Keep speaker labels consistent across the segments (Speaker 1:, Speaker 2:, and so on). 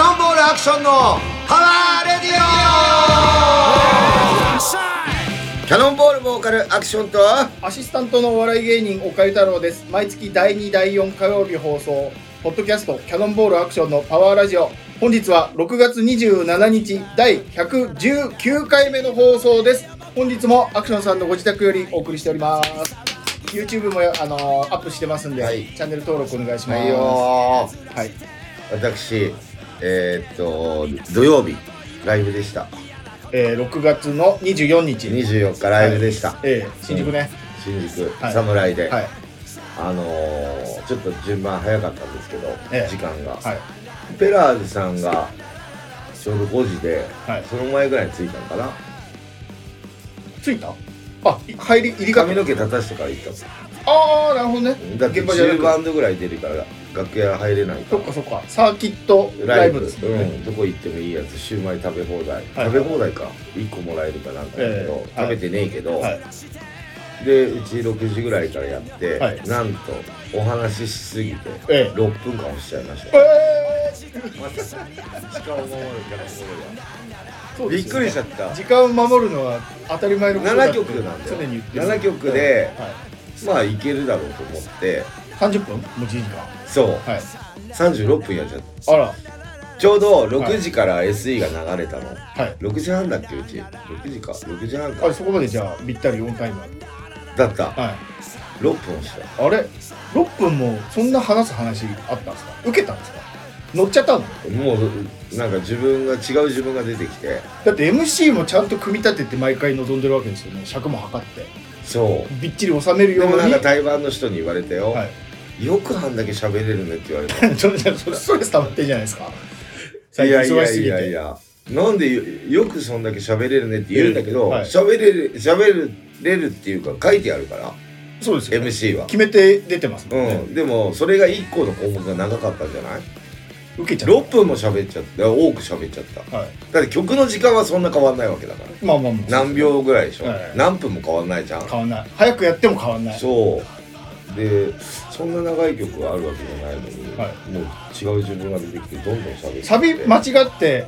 Speaker 1: ションのパワーレディオキャノンボールボーカルアクションと
Speaker 2: アシスタントのお笑い芸人岡ゆ太郎です毎月第2第4火曜日放送ポッドキャストキャノンボールアクションのパワーラジオ本日は6月27日第119回目の放送です本日もアクションさんのご自宅よりお送りしております YouTube もあのアップしてますんで、
Speaker 1: はい
Speaker 2: チャンネル登録お願いします
Speaker 1: はいよ
Speaker 2: はい
Speaker 1: 私えーっと土曜日ライブでした
Speaker 2: えー6月の24日
Speaker 1: 24日ライブでした、
Speaker 2: えー新宿ね、
Speaker 1: 新宿
Speaker 2: はい
Speaker 1: 侍で、
Speaker 2: はい
Speaker 1: あのーちょっと順番早かったんですけど、
Speaker 2: ええ
Speaker 1: 時間が、
Speaker 2: はい
Speaker 1: ペラーズさんがちょうど5時で、
Speaker 2: はい
Speaker 1: その前ぐらいに着いたのかな
Speaker 2: 着いたあい入り入りが
Speaker 1: 髪の毛立たしてから行ったの
Speaker 2: ああなるほどね
Speaker 1: だって
Speaker 2: 現場じゃな
Speaker 1: 10
Speaker 2: く
Speaker 1: バンドぐらい出るから楽屋入れないか
Speaker 2: そっ
Speaker 1: ら
Speaker 2: かそっかサーキットライブです
Speaker 1: う
Speaker 2: ね
Speaker 1: ん、どこ行ってもいいやつシューマイ食べ放題、
Speaker 2: はい
Speaker 1: 食べ放題か1個もらえるかなんかだけど
Speaker 2: え、え
Speaker 1: 食べてねえけど、
Speaker 2: はい
Speaker 1: でうち6時ぐらいからやって、
Speaker 2: はい
Speaker 1: なんとお話ししすぎて
Speaker 2: ええ
Speaker 1: 6分間押しちゃいま した、
Speaker 2: えー
Speaker 1: 時間を守るから
Speaker 2: そう
Speaker 1: び
Speaker 2: で
Speaker 1: っ
Speaker 2: す
Speaker 1: く
Speaker 2: よね
Speaker 1: りしちゃった
Speaker 2: 時間を守るのは当たり前のことだっ
Speaker 1: 7
Speaker 2: て
Speaker 1: 曲なんだよ
Speaker 2: 常に言って
Speaker 1: 7曲で
Speaker 2: はい
Speaker 1: まあいけるだろうと思って
Speaker 2: 30分もう1時間
Speaker 1: そう、
Speaker 2: はい
Speaker 1: 36分やっちゃっ
Speaker 2: あら
Speaker 1: たちょうど6時から SE が流れたの、
Speaker 2: はい
Speaker 1: 6時半だっけうち6時か6時半
Speaker 2: あれ
Speaker 1: か
Speaker 2: そこまでじゃあぴったり4タイム
Speaker 1: だった
Speaker 2: は
Speaker 1: 6
Speaker 2: い
Speaker 1: 分押した
Speaker 2: あれ6分もそんな話す話あったんですか受けたんですか乗っちゃったの
Speaker 1: もうなんか自分が違う自分が出てきて
Speaker 2: だって MC もちゃんと組み立てて毎回臨んでるわけですよね尺も測って
Speaker 1: そう
Speaker 2: びっちり収め
Speaker 1: で
Speaker 2: るよう
Speaker 1: もなん
Speaker 2: に
Speaker 1: か台湾の人に言われたよ、
Speaker 2: はい
Speaker 1: よくあんだけ喋れるねって言われた
Speaker 2: それじゃそれストレス溜まってんじゃないですか最
Speaker 1: い
Speaker 2: 近
Speaker 1: やい
Speaker 2: 忙し
Speaker 1: や
Speaker 2: す
Speaker 1: い
Speaker 2: ぎ
Speaker 1: やい
Speaker 2: て
Speaker 1: やなんでよよくそんだけ喋れるねって言うんだけど
Speaker 2: ええはい
Speaker 1: 喋、れる喋れるっていうか書いてあるから
Speaker 2: そうですよね
Speaker 1: MC は
Speaker 2: 決めて出てますもん
Speaker 1: う
Speaker 2: ね
Speaker 1: ん、でもそれが1個の項目が長かったんじゃない
Speaker 2: 受けちゃう
Speaker 1: 6分も喋っちゃった多く喋っちゃった
Speaker 2: は
Speaker 1: だって曲の時間はそんな変わんないわけだから
Speaker 2: いまあまあまあ
Speaker 1: 何秒ぐらいでしょ、
Speaker 2: ええ
Speaker 1: 何分も変わんないじゃん
Speaker 2: 変わんない早くやっても変わんない
Speaker 1: そうでそんな長い曲があるわけじゃないのに、
Speaker 2: は
Speaker 1: もう違う自分が出てきてどんどん喋って
Speaker 2: サビ間違って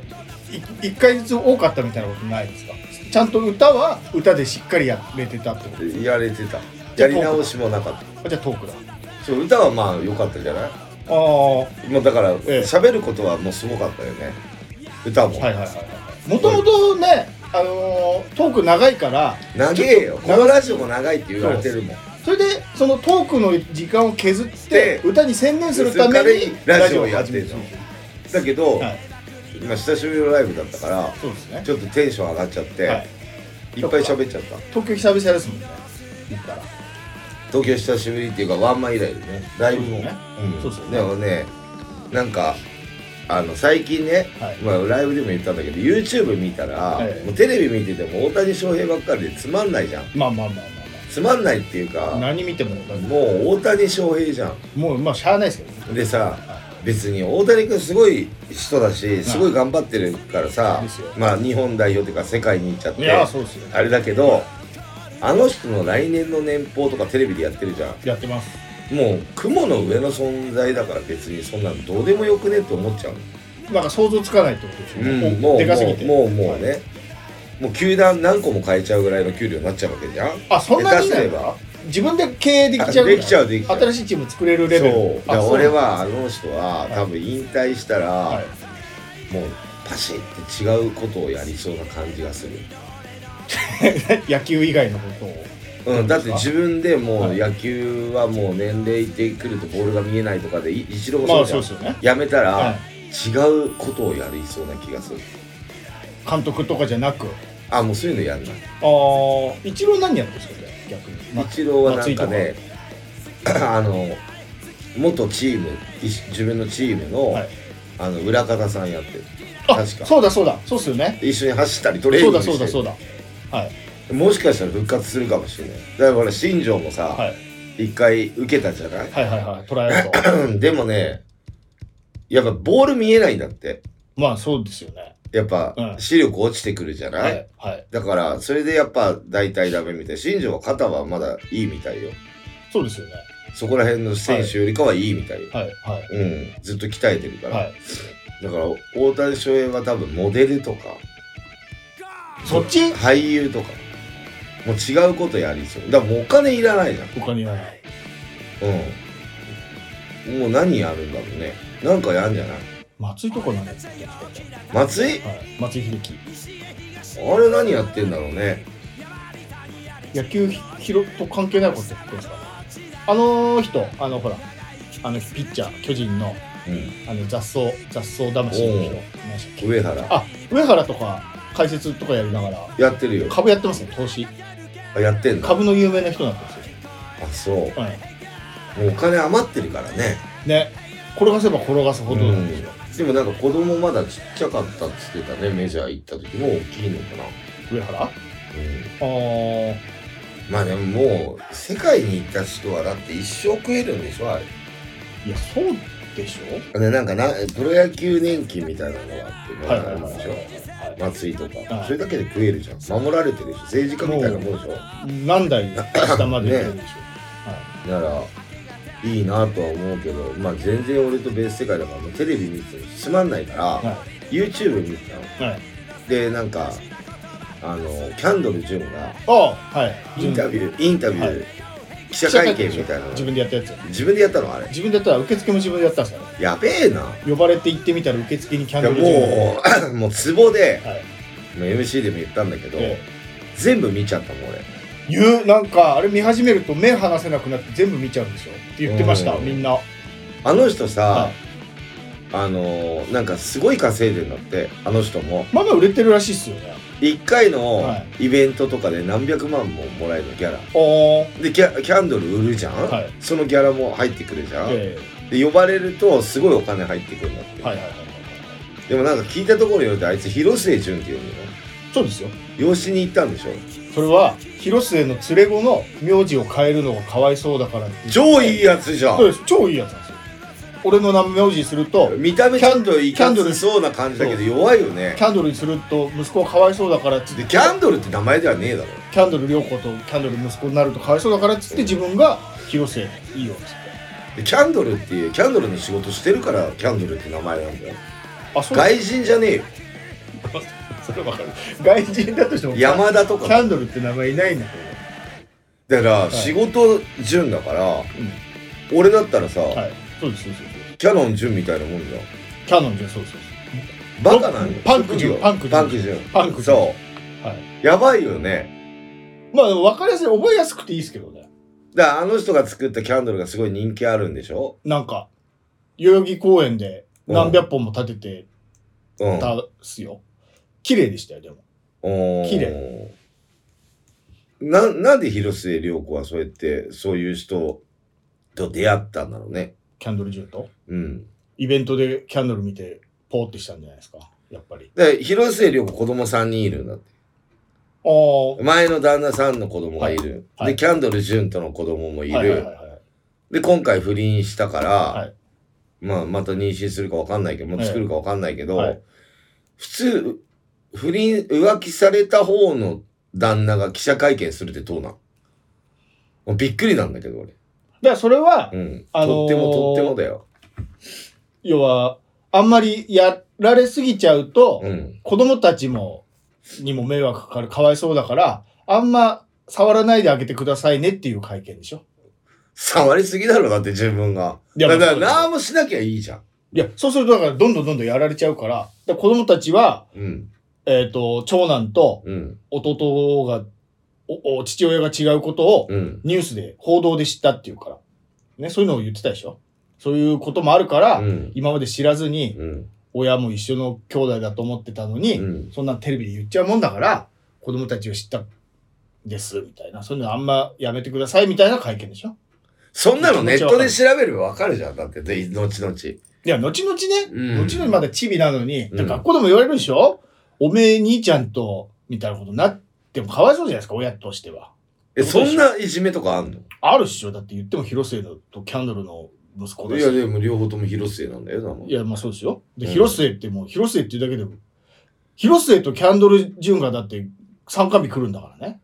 Speaker 2: い一回ずつ多かったみたいなことないですかちゃんと歌は歌でしっかりやれてたってこ
Speaker 1: やれてた
Speaker 2: じ
Speaker 1: や
Speaker 2: ゃあ
Speaker 1: り直しもなかっ
Speaker 2: とじゃあトークだ
Speaker 1: たそう歌はまあ良かったじゃない
Speaker 2: ああは
Speaker 1: もうだから
Speaker 2: ええ
Speaker 1: 喋、ることはもうすごかったよね歌も、
Speaker 2: いはいはいはいもともとね、あのートーク長いから
Speaker 1: 長えよ
Speaker 2: ちょっ
Speaker 1: こ
Speaker 2: と
Speaker 1: のラジオも長いって言われてるもん
Speaker 2: それでそのトークの時間を削って
Speaker 1: で
Speaker 2: 歌に専念するために
Speaker 1: ラジオをやってるの
Speaker 2: ラジオを始め
Speaker 1: だけど、
Speaker 2: たはい
Speaker 1: 今久しぶりのライブだったから
Speaker 2: そうですね
Speaker 1: ちょっとテンション上がっちゃって、
Speaker 2: はいい、
Speaker 1: っぱい喋っちゃった
Speaker 2: 東京久々ですもんね行ったら
Speaker 1: 東京久しぶりっていうかワンマン以来でねライブも
Speaker 2: そうですね
Speaker 1: ん
Speaker 2: そうですよね
Speaker 1: でもねなんかあの最近ね、
Speaker 2: はい
Speaker 1: まあ、ライブでも言ったんだけど YouTube 見たら、
Speaker 2: はい
Speaker 1: もうテレビ見てても大谷翔平ばっかりでつまんないじゃん
Speaker 2: まあまあまあま
Speaker 1: つまんないっていうか
Speaker 2: あ、まあ、何見ても
Speaker 1: もう大谷翔平じゃ
Speaker 2: もうまあしゃあないですけどね
Speaker 1: んでさ別に大谷君すごい人だしすごい頑張ってるからさ
Speaker 2: ですよ
Speaker 1: まあ日本代表というか世界に行っちゃっ
Speaker 2: い
Speaker 1: て
Speaker 2: やそうですよ
Speaker 1: あれだけどあの人の来年の年俸とかテレビでやってるじゃん
Speaker 2: やってます
Speaker 1: もう雲の上の存在だから別にそんなのどうでもよくねって思っちゃう
Speaker 2: なんか想像つかないってことですよね、
Speaker 1: もう
Speaker 2: お
Speaker 1: もう
Speaker 2: でかすぎて
Speaker 1: もうもう
Speaker 2: はい
Speaker 1: ねもう球団何個も変えちゃうぐらいの給料になっちゃうわけじゃん
Speaker 2: あそんな
Speaker 1: 下手
Speaker 2: に
Speaker 1: す
Speaker 2: な
Speaker 1: れ
Speaker 2: い
Speaker 1: ば
Speaker 2: 自分で経営できちゃう
Speaker 1: あできちゃうできちゃう
Speaker 2: 新しいチーム作れるレベル
Speaker 1: そうだ
Speaker 2: あ
Speaker 1: から
Speaker 2: そう
Speaker 1: 俺はあの人は
Speaker 2: はい
Speaker 1: 多分引退した
Speaker 2: は
Speaker 1: ら
Speaker 2: い
Speaker 1: もうパシッて違うことをやりそうな感じがする、
Speaker 2: 野球以外のことを
Speaker 1: うん、だって自分でもう
Speaker 2: はい
Speaker 1: 野球はもう年齢いってくるとボールが見えないとかでい一郎も
Speaker 2: ま
Speaker 1: そ
Speaker 2: あ
Speaker 1: うじ
Speaker 2: そ
Speaker 1: ゃ
Speaker 2: うんですよね
Speaker 1: やめた
Speaker 2: は
Speaker 1: ら
Speaker 2: い
Speaker 1: 違うことをやりそうな気がする
Speaker 2: 監督とかじゃなく
Speaker 1: あもうそういうのやんない
Speaker 2: ああ一郎何やってるんですかね逆に、ま
Speaker 1: 一郎はなんかね あの元チームい自分のチームの、
Speaker 2: はい
Speaker 1: あの裏方さんやってる
Speaker 2: あ
Speaker 1: 確か
Speaker 2: そうだそうだそうっすよね
Speaker 1: 一緒に走ったりトレーニ
Speaker 2: そ
Speaker 1: ン
Speaker 2: う
Speaker 1: グして
Speaker 2: だそうだそうだはい
Speaker 1: もしかしたら復活するかもしれないだからほら新庄もさ、
Speaker 2: はい
Speaker 1: 一回受けたじゃない、
Speaker 2: はいはいはいトライア ウト
Speaker 1: でもねやっぱボール見えないんだって
Speaker 2: まあそうですよね
Speaker 1: やっぱ、
Speaker 2: うん
Speaker 1: 視力落ちてくるじゃない、
Speaker 2: はい
Speaker 1: だからそれでやっぱ大体ダメみたい新庄は肩はまだいいみたいよ
Speaker 2: そうですよね
Speaker 1: そこら辺の選手よりかはいいみたいよ、
Speaker 2: はいはい
Speaker 1: うんずっと鍛えてるから、
Speaker 2: はい
Speaker 1: だから大谷翔平は多分モデルとか
Speaker 2: そっち
Speaker 1: 俳優とかもう違うことやりそうだからもうお金いらないじゃん
Speaker 2: お金ない
Speaker 1: うんもう何やるんだろうねなんかやんじゃない
Speaker 2: 松井とかなんですか
Speaker 1: 松井
Speaker 2: はい松井秀喜
Speaker 1: あれ何やってんだろうね
Speaker 3: 野球ひひろと関係ないことやってるんですか
Speaker 2: あの人あのほらあのピッチャー巨人の
Speaker 1: う
Speaker 2: あの雑草雑草魂の人いましたっけ
Speaker 1: ん上原
Speaker 2: あ上原とか解説とかやりながら
Speaker 1: やってるよ
Speaker 2: 株やってますね投資
Speaker 1: あやってんだ
Speaker 2: 株の有名な人なんですよ
Speaker 1: あそうも
Speaker 2: は
Speaker 1: うお金余ってるからね
Speaker 2: いね転がせば転がすほどなんですよ、
Speaker 1: でもなんか子供まだちっちゃかったっつってたねメジャー行った時もう大きいのかな
Speaker 2: 上原あ
Speaker 1: うん
Speaker 2: ー
Speaker 1: まあでももう世界に行った人はだって一生食えるんでしょあれ
Speaker 2: いやそうでしょ
Speaker 1: でなんかなプロ野球年金みたいなのがあって
Speaker 2: はい
Speaker 1: なん
Speaker 2: はい
Speaker 1: かある
Speaker 2: はい
Speaker 1: でしょ、
Speaker 2: は
Speaker 1: 松井とか、
Speaker 2: はい
Speaker 1: それだけで食えるじゃん守られてるでしょ政治家みたいなもんでしょだ
Speaker 2: い何台下まで行くんでしょう、は
Speaker 1: からいいなとは思うけどまあ全然俺と別世界だからもうテレビ見ててつまんないから、
Speaker 2: は
Speaker 1: YouTube 見てたの
Speaker 2: いはい
Speaker 1: でなんかあのキャンドル・ジュンが
Speaker 2: ああはい
Speaker 1: インタビューインタビュー、
Speaker 2: は
Speaker 1: 記者会見みたいなの
Speaker 2: 自分でやったやつ
Speaker 1: 自分でやったのあれ
Speaker 2: 自分でやったら受付も自分でやったんですよね
Speaker 1: やべえな
Speaker 2: 呼ばれて行ってみたら受付にキャン
Speaker 1: いや
Speaker 2: ドルジ
Speaker 1: も
Speaker 2: ム
Speaker 1: うもうツボで、
Speaker 2: はい
Speaker 1: もう MC でも言ったんだけど、
Speaker 2: え
Speaker 1: 全部見ちゃったもん俺
Speaker 2: 言うなんかあれ見始めると目離せなくなって全部見ちゃうんでしょって言ってました
Speaker 1: うん
Speaker 2: みんな
Speaker 1: あの人さ、
Speaker 2: はい
Speaker 1: あのーなんかすごい稼いでんだってあの人も
Speaker 2: まあまあ売れてるらしいっすよね
Speaker 1: 1回の
Speaker 2: は
Speaker 1: イベントとかで何百万ももらえるのギャラ
Speaker 2: おー
Speaker 1: でキャキャンドル売るじゃん、
Speaker 2: はい
Speaker 1: そのギャラも入ってくるじゃん、
Speaker 2: え
Speaker 1: で呼ばれるとすごいお金入ってくるんだって、
Speaker 2: えはいはいはいはい
Speaker 1: でもなんか聞いたところによるとあいつ広末純っていうのよ
Speaker 2: そうですよ
Speaker 1: 養子に行ったんでしょ
Speaker 2: それは広末の連れ子の名字を変えるのがかわいそうだからって言って
Speaker 1: 超いいやつじゃん
Speaker 2: そうです超いいやつなんですよ俺の名名字にすると
Speaker 1: 見た目ちゃんとい
Speaker 2: キャ
Speaker 1: か
Speaker 2: ンド
Speaker 1: つ
Speaker 2: ル
Speaker 1: そうな感じだけど弱いよね
Speaker 2: キャンドルにすると息子はかわいそうだからっつって
Speaker 1: でキャンドルって名前ではねえだろ
Speaker 2: キャンドル涼子とキャンドル息子になるとかわいそうだからっつって自分が広末いいよっつって
Speaker 1: でキャンドルっていうキャンドルの仕事してるからキャンドルって名前なんだよ
Speaker 2: あそう
Speaker 1: 外人じゃねえよ
Speaker 2: それわかる外人だとしても
Speaker 1: 山田と
Speaker 2: キャ
Speaker 1: か
Speaker 2: ンドルって名前いないんだけど
Speaker 1: だから
Speaker 2: い
Speaker 1: 仕事順だから、俺だったらさ、
Speaker 2: はいそうですそうですそうです
Speaker 1: キャノン順みたいなもんじゃん
Speaker 2: キャノンじゃそうですそう
Speaker 1: バカなんよ
Speaker 2: パンク順
Speaker 1: 職業
Speaker 2: パンク順
Speaker 1: パンク順
Speaker 2: パンク順
Speaker 1: そ
Speaker 2: は
Speaker 1: うやばいよね
Speaker 2: ですまあでも分かりやすい覚えやすくていいですけどね
Speaker 1: だからあの人が作ったキャンドルがすごい人気あるんでしょ
Speaker 2: なんか代々木公園で何百本も立て
Speaker 1: うん
Speaker 2: てたっすよ綺麗でしたよでも
Speaker 1: 綺
Speaker 2: 綺
Speaker 1: 麗ななんで広末涼子はそうやってそういう人と出会ったんだろうね
Speaker 2: キャンドルジューと
Speaker 1: うん
Speaker 2: イベントでキャンドル見てポーってしたんじゃないですかやっぱり
Speaker 1: で広末涼子子供3人いるんだって
Speaker 2: ああは
Speaker 1: 前の旦那さんの子供がいる、
Speaker 2: はいはい
Speaker 1: でキャンドル・ジュンとの子供もい
Speaker 2: い
Speaker 1: る、
Speaker 2: はいはいはい
Speaker 1: で今回不倫したから、
Speaker 2: はい
Speaker 1: まあ、また妊娠するかわかんないけどもう作るかわかんないけど、
Speaker 2: はい
Speaker 1: 普通不倫浮気された方の旦那が記者会見するってどうなんもうびっくりなんだけど俺。
Speaker 2: だからそれは
Speaker 1: うん
Speaker 2: あのー
Speaker 1: とってもとってもだよ。
Speaker 2: 要はあんまりやられすぎちゃうと、
Speaker 1: うん。
Speaker 2: 子供たちも、にも迷惑かかる、かわいそうだから、あんま触らないであげてくださいねっていう会見でしょ。
Speaker 1: 触りすぎだろ、だって自分が。
Speaker 2: いや
Speaker 1: だから
Speaker 2: そうです
Speaker 1: 何もしなきゃいいじゃん。
Speaker 2: いや、そうするとだからどんどんどんどんやられちゃうから、だから子供たちは、
Speaker 1: うん。
Speaker 2: えっ、と、長男と
Speaker 1: うん。
Speaker 2: 弟が、お、お父親が違うことを
Speaker 1: うん。
Speaker 2: ニュースで、報道で知ったっていうから。ね、そういうのを言ってたでしょ。そういうこともあるから、
Speaker 1: うん。
Speaker 2: 今まで知らずに、
Speaker 1: うん。
Speaker 2: 親も一緒の兄弟だと思ってたのに、
Speaker 1: うん。
Speaker 2: そんなテレビで言っちゃうもんだから、子供たちを知ったんです、みたいな。そういうのあんまやめてください、みたいな会見でしょ。
Speaker 1: そんなのネットで調べればわかるじゃん。だって、で、後々。
Speaker 2: いや、後々ね、
Speaker 1: うん
Speaker 2: 後々まだチビなのに、
Speaker 1: うん
Speaker 2: だから学校でも言われるでしょ、おめえ兄ちゃんと、みたいなことになってもかわいそうじゃないですか、親としては。
Speaker 1: え、そんないじめとかあんの
Speaker 2: あるっしょだって言っても広末とキャンドルの息子だ
Speaker 1: い
Speaker 2: し。
Speaker 1: や、でも両方とも広末なんだよ、なの
Speaker 2: い。や、まあそうですよ。で、
Speaker 1: うん
Speaker 2: 広末ってもう、広末って言うだけでも、広末とキャンドル・ジュンがだって参加日来るんだからね。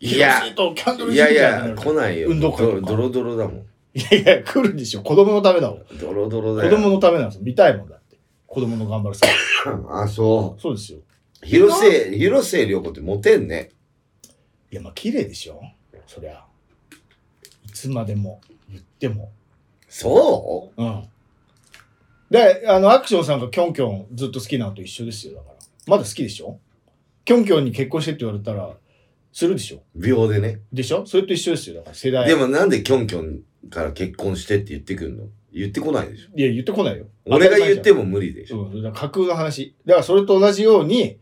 Speaker 1: いや
Speaker 2: 広、末とキャンドル・
Speaker 1: い
Speaker 2: ジュン
Speaker 1: や
Speaker 2: みた
Speaker 1: い
Speaker 2: な
Speaker 1: や、来ないよ。
Speaker 2: 運動会とか
Speaker 1: ドロドロドロだもん。
Speaker 2: いやいや、来るでしょ。子供のためだもん。
Speaker 1: ドロドロだ
Speaker 2: 子
Speaker 1: よ。
Speaker 2: 供のためなんですよ。見たいもんだって。子供の頑張るさ。
Speaker 1: あ、そ
Speaker 2: そうですよ。
Speaker 1: う。広末、広末涼子ってモテんね。
Speaker 2: いや、まあ、綺麗でしょ。そりゃ。いつまでも言っても。
Speaker 1: そ
Speaker 2: うん。で、あの、アクションさんがキョンキョンずっと好きなのと一緒ですよ、だから。まだ好きでしょキョンキョンに結婚してって言われたら、するでしょ
Speaker 1: う秒でね。
Speaker 2: でしょそれと一緒ですよ、だから世代。
Speaker 1: でもなんでキョンキョンから結婚してって言ってくんの言ってこないでしょ。
Speaker 2: いや、言ってこないよ。
Speaker 1: 俺が言って
Speaker 2: も。
Speaker 1: も無理でしょ。
Speaker 2: うん、だから架空の話。だからそれと同じように、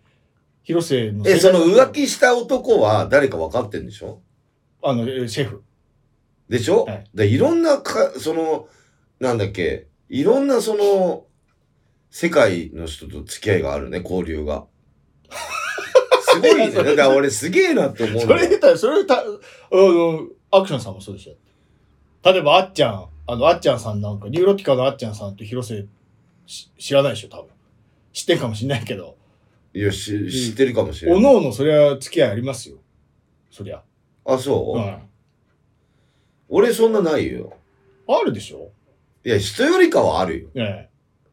Speaker 2: 広瀬の。
Speaker 1: え、その浮。気した男は誰か分かってんでしょ
Speaker 2: あの、えシェフ。
Speaker 1: でしょ、
Speaker 2: はい
Speaker 1: でいろんなか、その、なんだっけ、いろんなその、世界の人と付き合いがあるね、交流 が。すごいね。だから俺すげえなって思う
Speaker 2: そ
Speaker 1: の
Speaker 2: れ言ったら、それた、あの、アクションさんもそうでしょ。例えば、あっちゃん、あの、あっちゃんさんなんか、ニューロティカのあっちゃんさんと広瀬し知らないでしょ、多分。知ってんかもしんないけど、
Speaker 1: いや、し知ってるかもしれ
Speaker 2: お
Speaker 1: ない。
Speaker 2: のおのそりゃ付き合いありますよ。そりゃ。
Speaker 1: あ、そう、
Speaker 2: うん。
Speaker 1: 俺そんなないよ。
Speaker 2: あるでしょ
Speaker 1: いや、人よりかはあるよ。
Speaker 2: え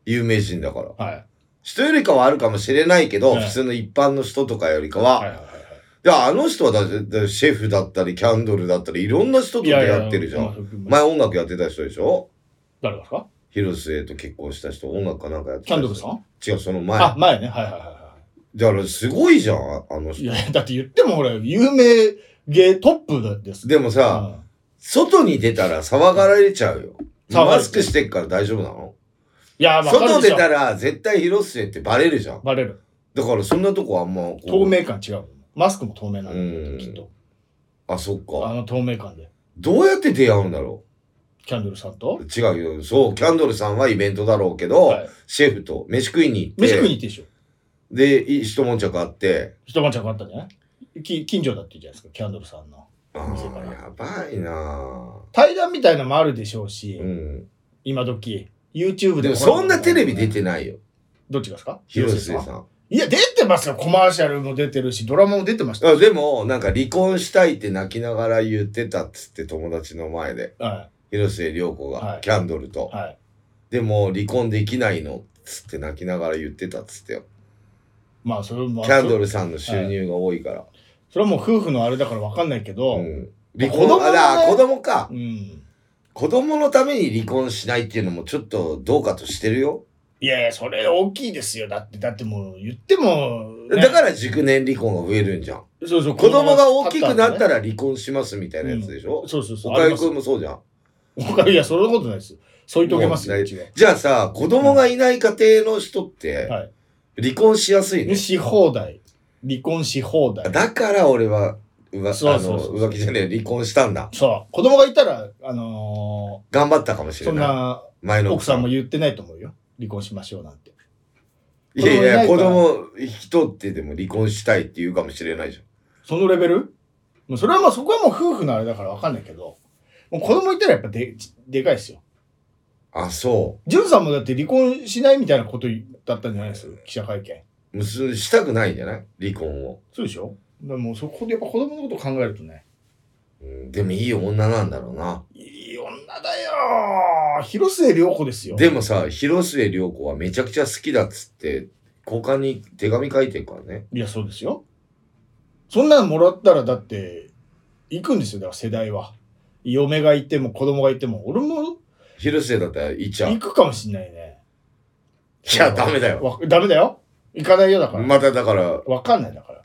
Speaker 1: 有名人だから。
Speaker 2: え。はい。
Speaker 1: 人よりかはあるかもしれないけど、
Speaker 2: はい
Speaker 1: 普通の一般の人とかよりか
Speaker 2: はい
Speaker 1: は、
Speaker 2: はいはい
Speaker 1: いや、あの人はだってだってシェフだったり、キャンドルだったり、いろんな人と出
Speaker 2: いやいや。
Speaker 1: 会ってるじゃん。
Speaker 2: うん
Speaker 1: 前音楽やってた人でしょ
Speaker 2: 誰ですか
Speaker 1: 広末と結婚した人、音楽かなんかやって
Speaker 2: キ
Speaker 1: た
Speaker 2: ャン
Speaker 1: 人。
Speaker 2: ドルさん
Speaker 1: 違う、その前。
Speaker 2: あ、前ね。はいはいはいは
Speaker 1: だからすごいじゃん、ああの
Speaker 2: い。
Speaker 1: 人
Speaker 2: い。や、だって言ってもほら、有名芸トップです。
Speaker 1: でもさ、
Speaker 2: うん
Speaker 1: 外に出たら騒がれちゃうよ。
Speaker 2: 騒がれちゃう
Speaker 1: マスクしてっから大丈夫なの
Speaker 2: いや、まあ、
Speaker 1: 外出た
Speaker 2: ら。
Speaker 1: ら絶対広末ってバレるじゃん。
Speaker 2: バレる。
Speaker 1: だからそんなとこあんまこう。
Speaker 2: 透明感違う。マスクも透明なんだ
Speaker 1: うん
Speaker 2: きっと。
Speaker 1: あ、そっ
Speaker 2: あ
Speaker 1: か。
Speaker 2: の透明感で。
Speaker 1: どうやって出会うんだろ
Speaker 2: キャンドルさんと
Speaker 1: う違うよ。そう、キャンドルさんはイベントだろうけど、
Speaker 2: はい
Speaker 1: シェフと飯食いに行って。
Speaker 2: 飯食いに行ってでしょ。
Speaker 1: で、い一悶着あって、
Speaker 2: 一晩ちゃんがあったんじゃないき近所だって言うじゃないですか、キャンドルさんの。
Speaker 1: あ
Speaker 2: 店か
Speaker 1: ー
Speaker 2: ら
Speaker 1: やばいなぁ
Speaker 2: 対談みたいのもあるでしょうし、
Speaker 1: うん。
Speaker 2: 今時 YouTube
Speaker 1: で
Speaker 2: で
Speaker 1: もそんなテレビ出てないよ。
Speaker 2: どっちがですか
Speaker 1: 広末
Speaker 2: ん。
Speaker 1: さん。
Speaker 2: いや、出てますよ。コマーシャルも出てるし、ドラマも出てました
Speaker 1: あ
Speaker 2: よ。
Speaker 1: でも、なんか離婚したいって泣きながら言ってたっつって友達の前で、
Speaker 2: は
Speaker 1: 広末涼子が
Speaker 2: はい
Speaker 1: キャンドルと。
Speaker 2: い。はい。
Speaker 1: でも、離婚できないのっつって泣きながら言ってたっつってよ。
Speaker 2: まあ、それも、
Speaker 1: キャンド
Speaker 2: ル。
Speaker 1: ルさんの収入が多いから。
Speaker 2: それはもう夫婦のあれだからわかんないけど、う。
Speaker 1: うんん。離
Speaker 2: 子
Speaker 1: 婚、
Speaker 2: 供のね
Speaker 1: あだから子供か。子供のために離婚しないっていうのもちょっとどうかとしてるよ。
Speaker 2: いやいや、それ大きいですよ。だって、だってもう、言ってもね、
Speaker 1: だから熟年離婚が増えるんじゃん。
Speaker 2: そうそう、
Speaker 1: 子供が大きくなっ
Speaker 2: ら
Speaker 1: たら離婚しますみたいなやつでしょ、
Speaker 2: そうそうそう。
Speaker 1: 岡
Speaker 2: あり
Speaker 1: 井
Speaker 2: ます
Speaker 1: くんもそうじゃん。
Speaker 2: おかいや、そんなことないですよ。添い遂げますよ、
Speaker 1: もう
Speaker 2: う
Speaker 1: ね
Speaker 2: ちは。
Speaker 1: じゃあさ、子供がいない家庭の人って
Speaker 2: はい、
Speaker 1: 離婚しやすいね。
Speaker 2: し放題。離婚し放題。
Speaker 1: だから俺は、うわ、あの
Speaker 2: そうそうそう
Speaker 1: 浮気じゃねえ、離婚したんだ。
Speaker 2: そう。子供がいたら、あの
Speaker 1: 頑張ったかも
Speaker 2: ー
Speaker 1: し
Speaker 2: そ
Speaker 1: れ
Speaker 2: ん
Speaker 1: ない。
Speaker 2: な
Speaker 1: 前の
Speaker 2: 奥さんも。言ってないと思うよ。離婚しましょうなんて。
Speaker 1: いやいや、子
Speaker 2: 子供
Speaker 1: 供人ってでも離婚したいって言うかもしれないじ
Speaker 2: そのレベルもうそれはまあそこはもう夫婦のあれだからわかんないけど、もう子供いたらやっぱで、でかいですよ。
Speaker 1: ゃん。あ、そ
Speaker 2: ジュンさんもだって離婚しないみたいなことだったんじゃないです記者会見。
Speaker 1: う。むすしたくないんじゃない離婚を。
Speaker 2: そうでしょでもうそこでやっぱ子供のことを考えるとね。
Speaker 1: うんでもいい女なんだろうな。
Speaker 2: いい女だよー広末涼子ですよ。
Speaker 1: でもさ、広末涼子はめちゃくちゃ好きだっつって、交換に手紙書いてるからね。
Speaker 2: いや、そうですよ。そんなのもらったら、だって、行くんですよ、だから世代は。嫁がいても子供がいても、俺も
Speaker 1: 広末だったらいっちゃう。
Speaker 2: 行
Speaker 1: い
Speaker 2: くかもしんないね。
Speaker 1: や、ダメだよ。
Speaker 2: わダメだよ。行かないよだから。
Speaker 1: まただから、
Speaker 2: わかんないだから。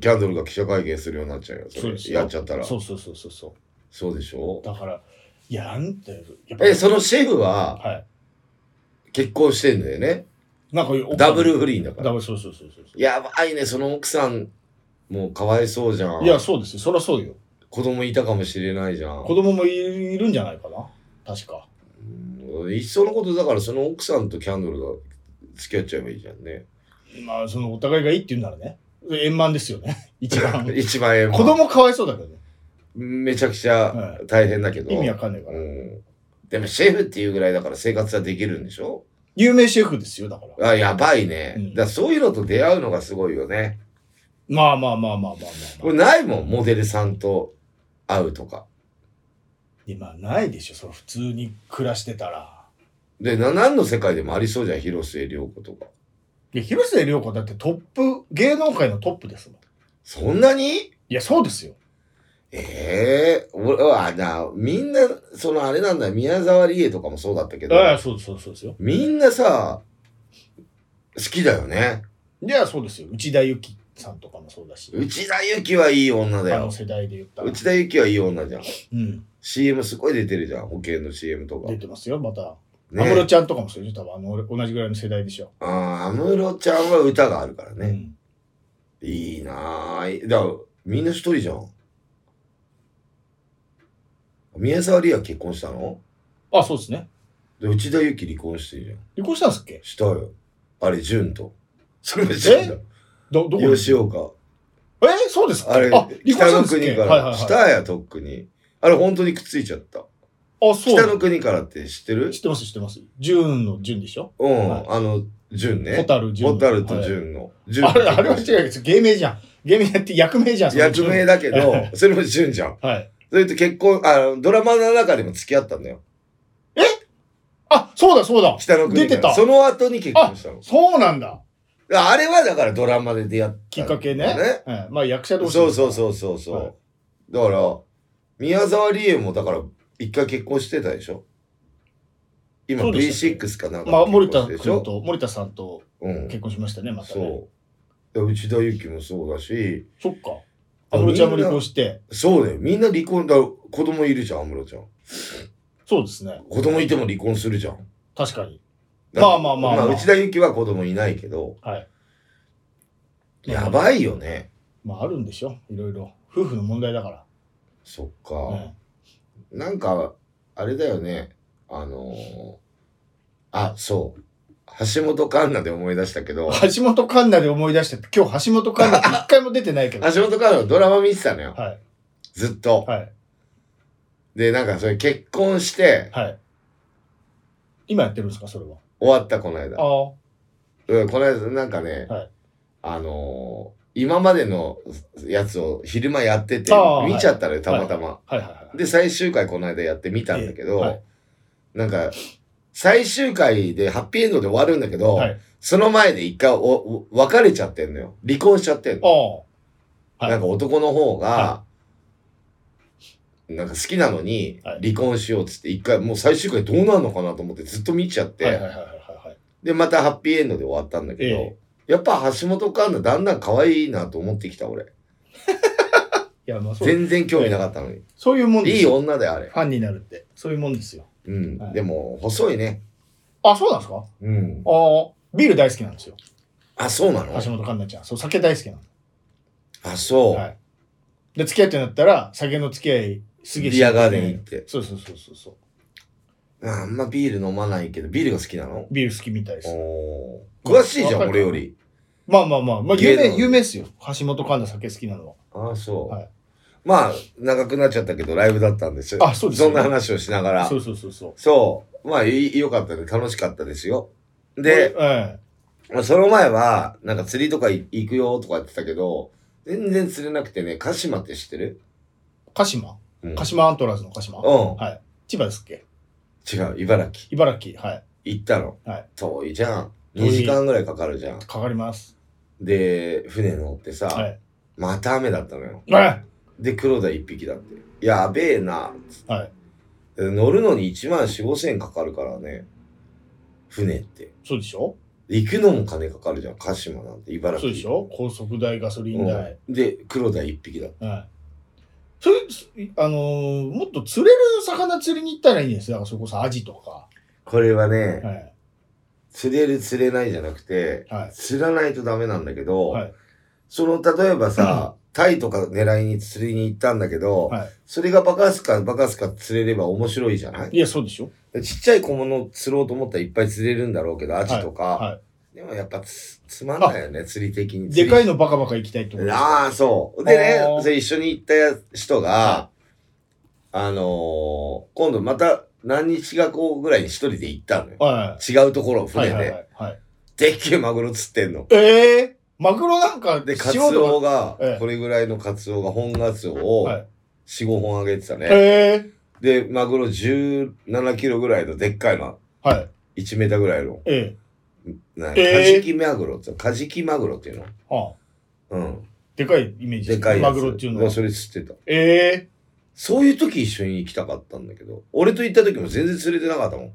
Speaker 1: キャンドルが記者会見するようになっちゃうよ。そ
Speaker 2: そう
Speaker 1: れ
Speaker 2: ですよ
Speaker 1: やっちゃったら。そ
Speaker 2: そううそうそうそうそ
Speaker 1: でし
Speaker 2: う。
Speaker 1: ょ
Speaker 2: だから、いやなんて、やっ
Speaker 1: え、そのシェフは
Speaker 2: は
Speaker 1: 結婚してんだよね。
Speaker 2: い。なんか奥さん、
Speaker 1: ダブル不倫だか
Speaker 2: ダ
Speaker 1: ら。
Speaker 2: ブル、そうそうそうそうそう。
Speaker 1: やばいね、その奥さん、もうかわいそうじゃん。
Speaker 2: いや、そうですよ。そりゃそうよ。
Speaker 1: 子供いたかもしれないじゃん
Speaker 2: 子。供もいるいるんじゃないかな。確か。
Speaker 1: うんいっそのことだから、その奥さんとキャンドルが付き合っちゃえばいいじゃんね。
Speaker 2: まあ、そのお互いがいいって言うならね。円満ですよね。一番。子
Speaker 1: 一番ええもん
Speaker 2: 供かわいそうだけどね。
Speaker 1: めちゃくちゃ大変だけど。
Speaker 2: 意味わかんないか
Speaker 1: う
Speaker 2: ら。
Speaker 1: ん。でもシェフっていうぐらいだから生活はできるんでしょ
Speaker 2: 有名シェフですよ、だから。
Speaker 1: あ、やばいね。
Speaker 2: うん
Speaker 1: だからそういうのと出会うのがすごいよね。
Speaker 2: まあまあまあまあまあまあ、
Speaker 1: 俺ないもん、モデルさんと会うとか。
Speaker 2: 今ないでしょ、それ普通に暮らしてたら。
Speaker 1: で、な、何の世界でもありそうじゃん、広末涼子とか。
Speaker 2: いや、広末涼子だってトップ、芸能界のトップですもん。
Speaker 1: そんなに
Speaker 2: いや、そうですよ。
Speaker 1: ええ俺は、な、みんな、そのあれなんだ、宮沢りえとかもそうだったけど、
Speaker 2: ああ、そうです、そうですそうですよ。
Speaker 1: みんなさ、好きだよね。
Speaker 2: いや、そうですよ。内田有紀さんとかもそうだし、
Speaker 1: 内田有紀はいい女だ
Speaker 2: あの
Speaker 1: よ。
Speaker 2: 世代で言ったら。
Speaker 1: 内田有紀はいい女じゃん。
Speaker 2: うん。
Speaker 1: CM すごい出てるじゃん、保険の CM とか
Speaker 2: 出。てますよ、また。安室
Speaker 1: ね。
Speaker 2: ちゃんとかもそうですよ。多分、あの、俺同じぐらいの世代でしょ。
Speaker 1: ああ、安室ちゃんは歌があるから
Speaker 2: う
Speaker 1: ね。
Speaker 2: ん
Speaker 1: いいなあだから、みんな一人じゃん。宮沢りえは結婚したの
Speaker 2: あ、そうですね。
Speaker 1: で、内田有紀離婚してるじゃん。
Speaker 2: 離婚したんすっけ
Speaker 1: したよ。あれ、潤と。それも知らんだ。
Speaker 2: ど、どこ
Speaker 1: 吉岡。
Speaker 2: えーそうですか
Speaker 1: あれ、
Speaker 2: あ、離婚
Speaker 1: 北
Speaker 2: した
Speaker 1: の
Speaker 2: んすっけ
Speaker 1: 国か
Speaker 2: はいはい
Speaker 1: ら。
Speaker 2: は
Speaker 1: したや、とっくに。あれ、本当にくっついちゃった。
Speaker 2: い。あ、そう。
Speaker 1: 北の国からって知ってる
Speaker 2: 知ってます、知ってます。純の純でしょ
Speaker 1: うん。あの、潤
Speaker 2: ホ
Speaker 1: ね。
Speaker 2: タル純。
Speaker 1: ホタルと
Speaker 2: はい
Speaker 1: 潤の。潤
Speaker 2: あれ、あれは違うけど、芸名じゃん。芸名って役名じゃん。それ
Speaker 1: 役名だけど、それも潤じゃん。
Speaker 2: はい。
Speaker 1: それと結婚、あドラマの中でも付き合ったんだよ。
Speaker 2: あ、そうだ、そうだ。
Speaker 1: 北の国か
Speaker 2: 出
Speaker 1: ら。
Speaker 2: てた
Speaker 1: その後に結婚したの。
Speaker 2: そうなんだ。
Speaker 1: ああれはだからドラマで出会った。
Speaker 2: きっかけね。
Speaker 1: ね。
Speaker 2: うんまあ役者同士。
Speaker 1: そうそう
Speaker 2: う。
Speaker 1: そうそうそう。
Speaker 2: はい
Speaker 1: だから、宮沢りえもだから、一回結婚してたでしょ今
Speaker 2: そうでしたっけ
Speaker 1: V6 かなんか。
Speaker 2: まあ森田
Speaker 1: で
Speaker 2: 君
Speaker 1: しょ
Speaker 2: と、森田さんと
Speaker 1: うん。
Speaker 2: 結婚しましたね、またね。
Speaker 1: そう。で内田有紀もそうだし、
Speaker 2: そっか。安室ちゃんも離婚して。
Speaker 1: そうだよ。みんな離婚だ。子供いるじゃん、安室ちゃん。
Speaker 2: そうですね。
Speaker 1: 子供いても離婚するじゃん。
Speaker 2: 確かに。
Speaker 1: だ
Speaker 2: まあまあまあまあ
Speaker 1: 内田有紀は子供いないけど、
Speaker 2: はい。
Speaker 1: やばいよね。
Speaker 2: まああるんでしょ。いろいろ。夫婦の問題だから。
Speaker 1: そっ
Speaker 2: う
Speaker 1: か。
Speaker 2: ん
Speaker 1: なんか、あれだよね。あのー、あ、そう。橋本環奈で思い出したけど、
Speaker 2: 橋本環奈で思い出して、今日橋本環奈って一回も出てないけど。は
Speaker 1: 橋本環奈のドラマ見てたのよ。
Speaker 2: い。
Speaker 1: ずっと。
Speaker 2: はい。
Speaker 1: で、なんかそれ結婚して
Speaker 2: はい。今やってるんですか、それは。
Speaker 1: 終わった、この間。
Speaker 2: あ
Speaker 1: うんこの間、なんかね、
Speaker 2: はい
Speaker 1: あのー、今までのやつを昼間やってて
Speaker 2: ああ、
Speaker 1: 見ちゃったのよ、たまたま。
Speaker 2: あ。はいはいはい。
Speaker 1: で、最終回この間やってみたんだけど、
Speaker 2: ええはい
Speaker 1: なんか、最終回でハッピーエンドで終わるんだけど、
Speaker 2: はい
Speaker 1: その前で一回おお別れちゃってんのよ。離婚しちゃってんの。
Speaker 2: ああ。
Speaker 1: なん
Speaker 2: か、
Speaker 1: か男の方が、
Speaker 2: は
Speaker 1: なんか好きなのに
Speaker 2: はい
Speaker 1: 離婚しようっつって一回もう最終回どうなるのかなと思ってずっと見ちゃって、
Speaker 2: はいはいはいはいはい。
Speaker 1: でまたハッピーエンドで終わったんだけど、
Speaker 2: え
Speaker 1: やっぱ橋本環奈だんだん可愛いなと思ってきた俺
Speaker 2: いや、まあそう
Speaker 1: 全然興味なかったのに、
Speaker 2: そういうもんです
Speaker 1: いい
Speaker 2: よ。
Speaker 1: 女だよあれ
Speaker 2: ファンになるって。そういうもんですよ。
Speaker 1: うん、
Speaker 2: はい
Speaker 1: でも細いね
Speaker 2: あ、そうなんですか
Speaker 1: うん
Speaker 2: ああ。ビール大好きなんですよ。
Speaker 1: あそうな
Speaker 2: 橋
Speaker 1: の
Speaker 2: 本環奈ちゃん。そう、酒大好きな
Speaker 1: あ、そ
Speaker 2: の。
Speaker 1: う。
Speaker 2: はい。で、付き合いってなったら、酒の付き合い、すげえ
Speaker 1: ビアガーデン行って。
Speaker 2: そうそうそうそうそう。
Speaker 1: あんまビール飲まないけど、ビールが好きなの
Speaker 2: ビール好きみたいです。
Speaker 1: おー詳しいじゃん、
Speaker 2: わかる
Speaker 1: 俺より。
Speaker 2: まあまあまあ、まあ、
Speaker 1: 芸
Speaker 2: 有
Speaker 1: 能
Speaker 2: 名、有名っすよ。橋本環奈酒好きなのは。
Speaker 1: あそう、
Speaker 2: はい
Speaker 1: まあ、長くなっちゃったけど、ライブだったんです
Speaker 2: あそうですよ
Speaker 1: そんな話をしながら。
Speaker 2: そ
Speaker 1: そう
Speaker 2: うそうそうそう。
Speaker 1: まあ、い良かったです。楽しかったですよ。で、
Speaker 2: これ、え
Speaker 1: その前は、なんか釣りとかい行くよとか言ってたけど、全然釣れなくてね、鹿島って知ってる
Speaker 2: え鹿島
Speaker 1: うん。
Speaker 2: 鹿島アントラーズの鹿島
Speaker 1: う
Speaker 2: はい。千葉ですっけ
Speaker 1: ん。違う、茨城。
Speaker 2: 茨城。はい。
Speaker 1: 行ったの。
Speaker 2: はい
Speaker 1: 遠いじゃん。
Speaker 2: 遠い
Speaker 1: 2時間ぐらいかかるじゃん。
Speaker 2: かかります。
Speaker 1: で、船乗ってさ、
Speaker 2: はい。
Speaker 1: また雨だったのよ。
Speaker 2: はい。
Speaker 1: で、黒田一匹だって。やべえな。
Speaker 2: はい。
Speaker 1: で乗るのに1万4、5千円かかるからね。船って。
Speaker 2: そうでしょ
Speaker 1: 行くのも金かかるじゃん。鹿島なんて、茨
Speaker 2: そ
Speaker 1: 城。
Speaker 2: うでしょ高速代、ガソリ
Speaker 1: う
Speaker 2: ン
Speaker 1: ん
Speaker 2: 代。
Speaker 1: で、黒田一匹だ。
Speaker 2: はい。それ、すあのーもっと釣れる魚釣りに行ったらいいんですよ。だからそれこそアジとか。
Speaker 1: これはね、
Speaker 2: はい。
Speaker 1: 釣れる釣れないじゃなくて、
Speaker 2: はい。
Speaker 1: 釣らないとダメなんだけど、
Speaker 2: はい
Speaker 1: その、例えばさ、タイとか狙いに釣りに行ったんだけど、
Speaker 2: はい
Speaker 1: それがバカすかバカすか釣れれば面白いじゃない
Speaker 2: いや、そうでしょ
Speaker 1: ちっちゃい小物釣ろうと思ったらいっぱい釣れるんだろうけど、アジとか、
Speaker 2: は
Speaker 1: でもやっぱつつまんないよね、釣り的に。
Speaker 2: い。でかい
Speaker 1: の
Speaker 2: のバカバカ行きたいってことですか
Speaker 1: ああ、そう。でね
Speaker 2: あ、ー
Speaker 1: それ一緒に行ったや人が
Speaker 2: は、
Speaker 1: あのー今度また何日か後ぐらいに一人で行ったのよ。
Speaker 2: は
Speaker 1: 違うところを
Speaker 2: い。は
Speaker 1: 船
Speaker 2: い。
Speaker 1: で。
Speaker 2: はいはい。はい。
Speaker 1: でっけえマグロ釣ってんの。
Speaker 2: ええマグロなんか、
Speaker 1: で、カツ
Speaker 2: 塩で
Speaker 1: オ
Speaker 2: は
Speaker 1: が
Speaker 2: え、え
Speaker 1: これぐらいのカツオが、本ガツオを
Speaker 2: はい。
Speaker 1: 4、5本あげてたね。
Speaker 2: ええ
Speaker 1: で、マグロ17キロぐらいのでっかいの
Speaker 2: はい。
Speaker 1: 1メーターぐらいの、
Speaker 2: え
Speaker 1: なん
Speaker 2: えー
Speaker 1: カジキマグロって、カジキマグロっていうの。
Speaker 2: え。はあ。
Speaker 1: うん。
Speaker 2: でかいイメージ
Speaker 1: でかいやつ。
Speaker 2: マグロっていうのは
Speaker 1: まあ。それ知ってた。
Speaker 2: ええ
Speaker 1: そういう時一緒に行きたかったんだけど、俺と行った時も全然釣れてなかったもん。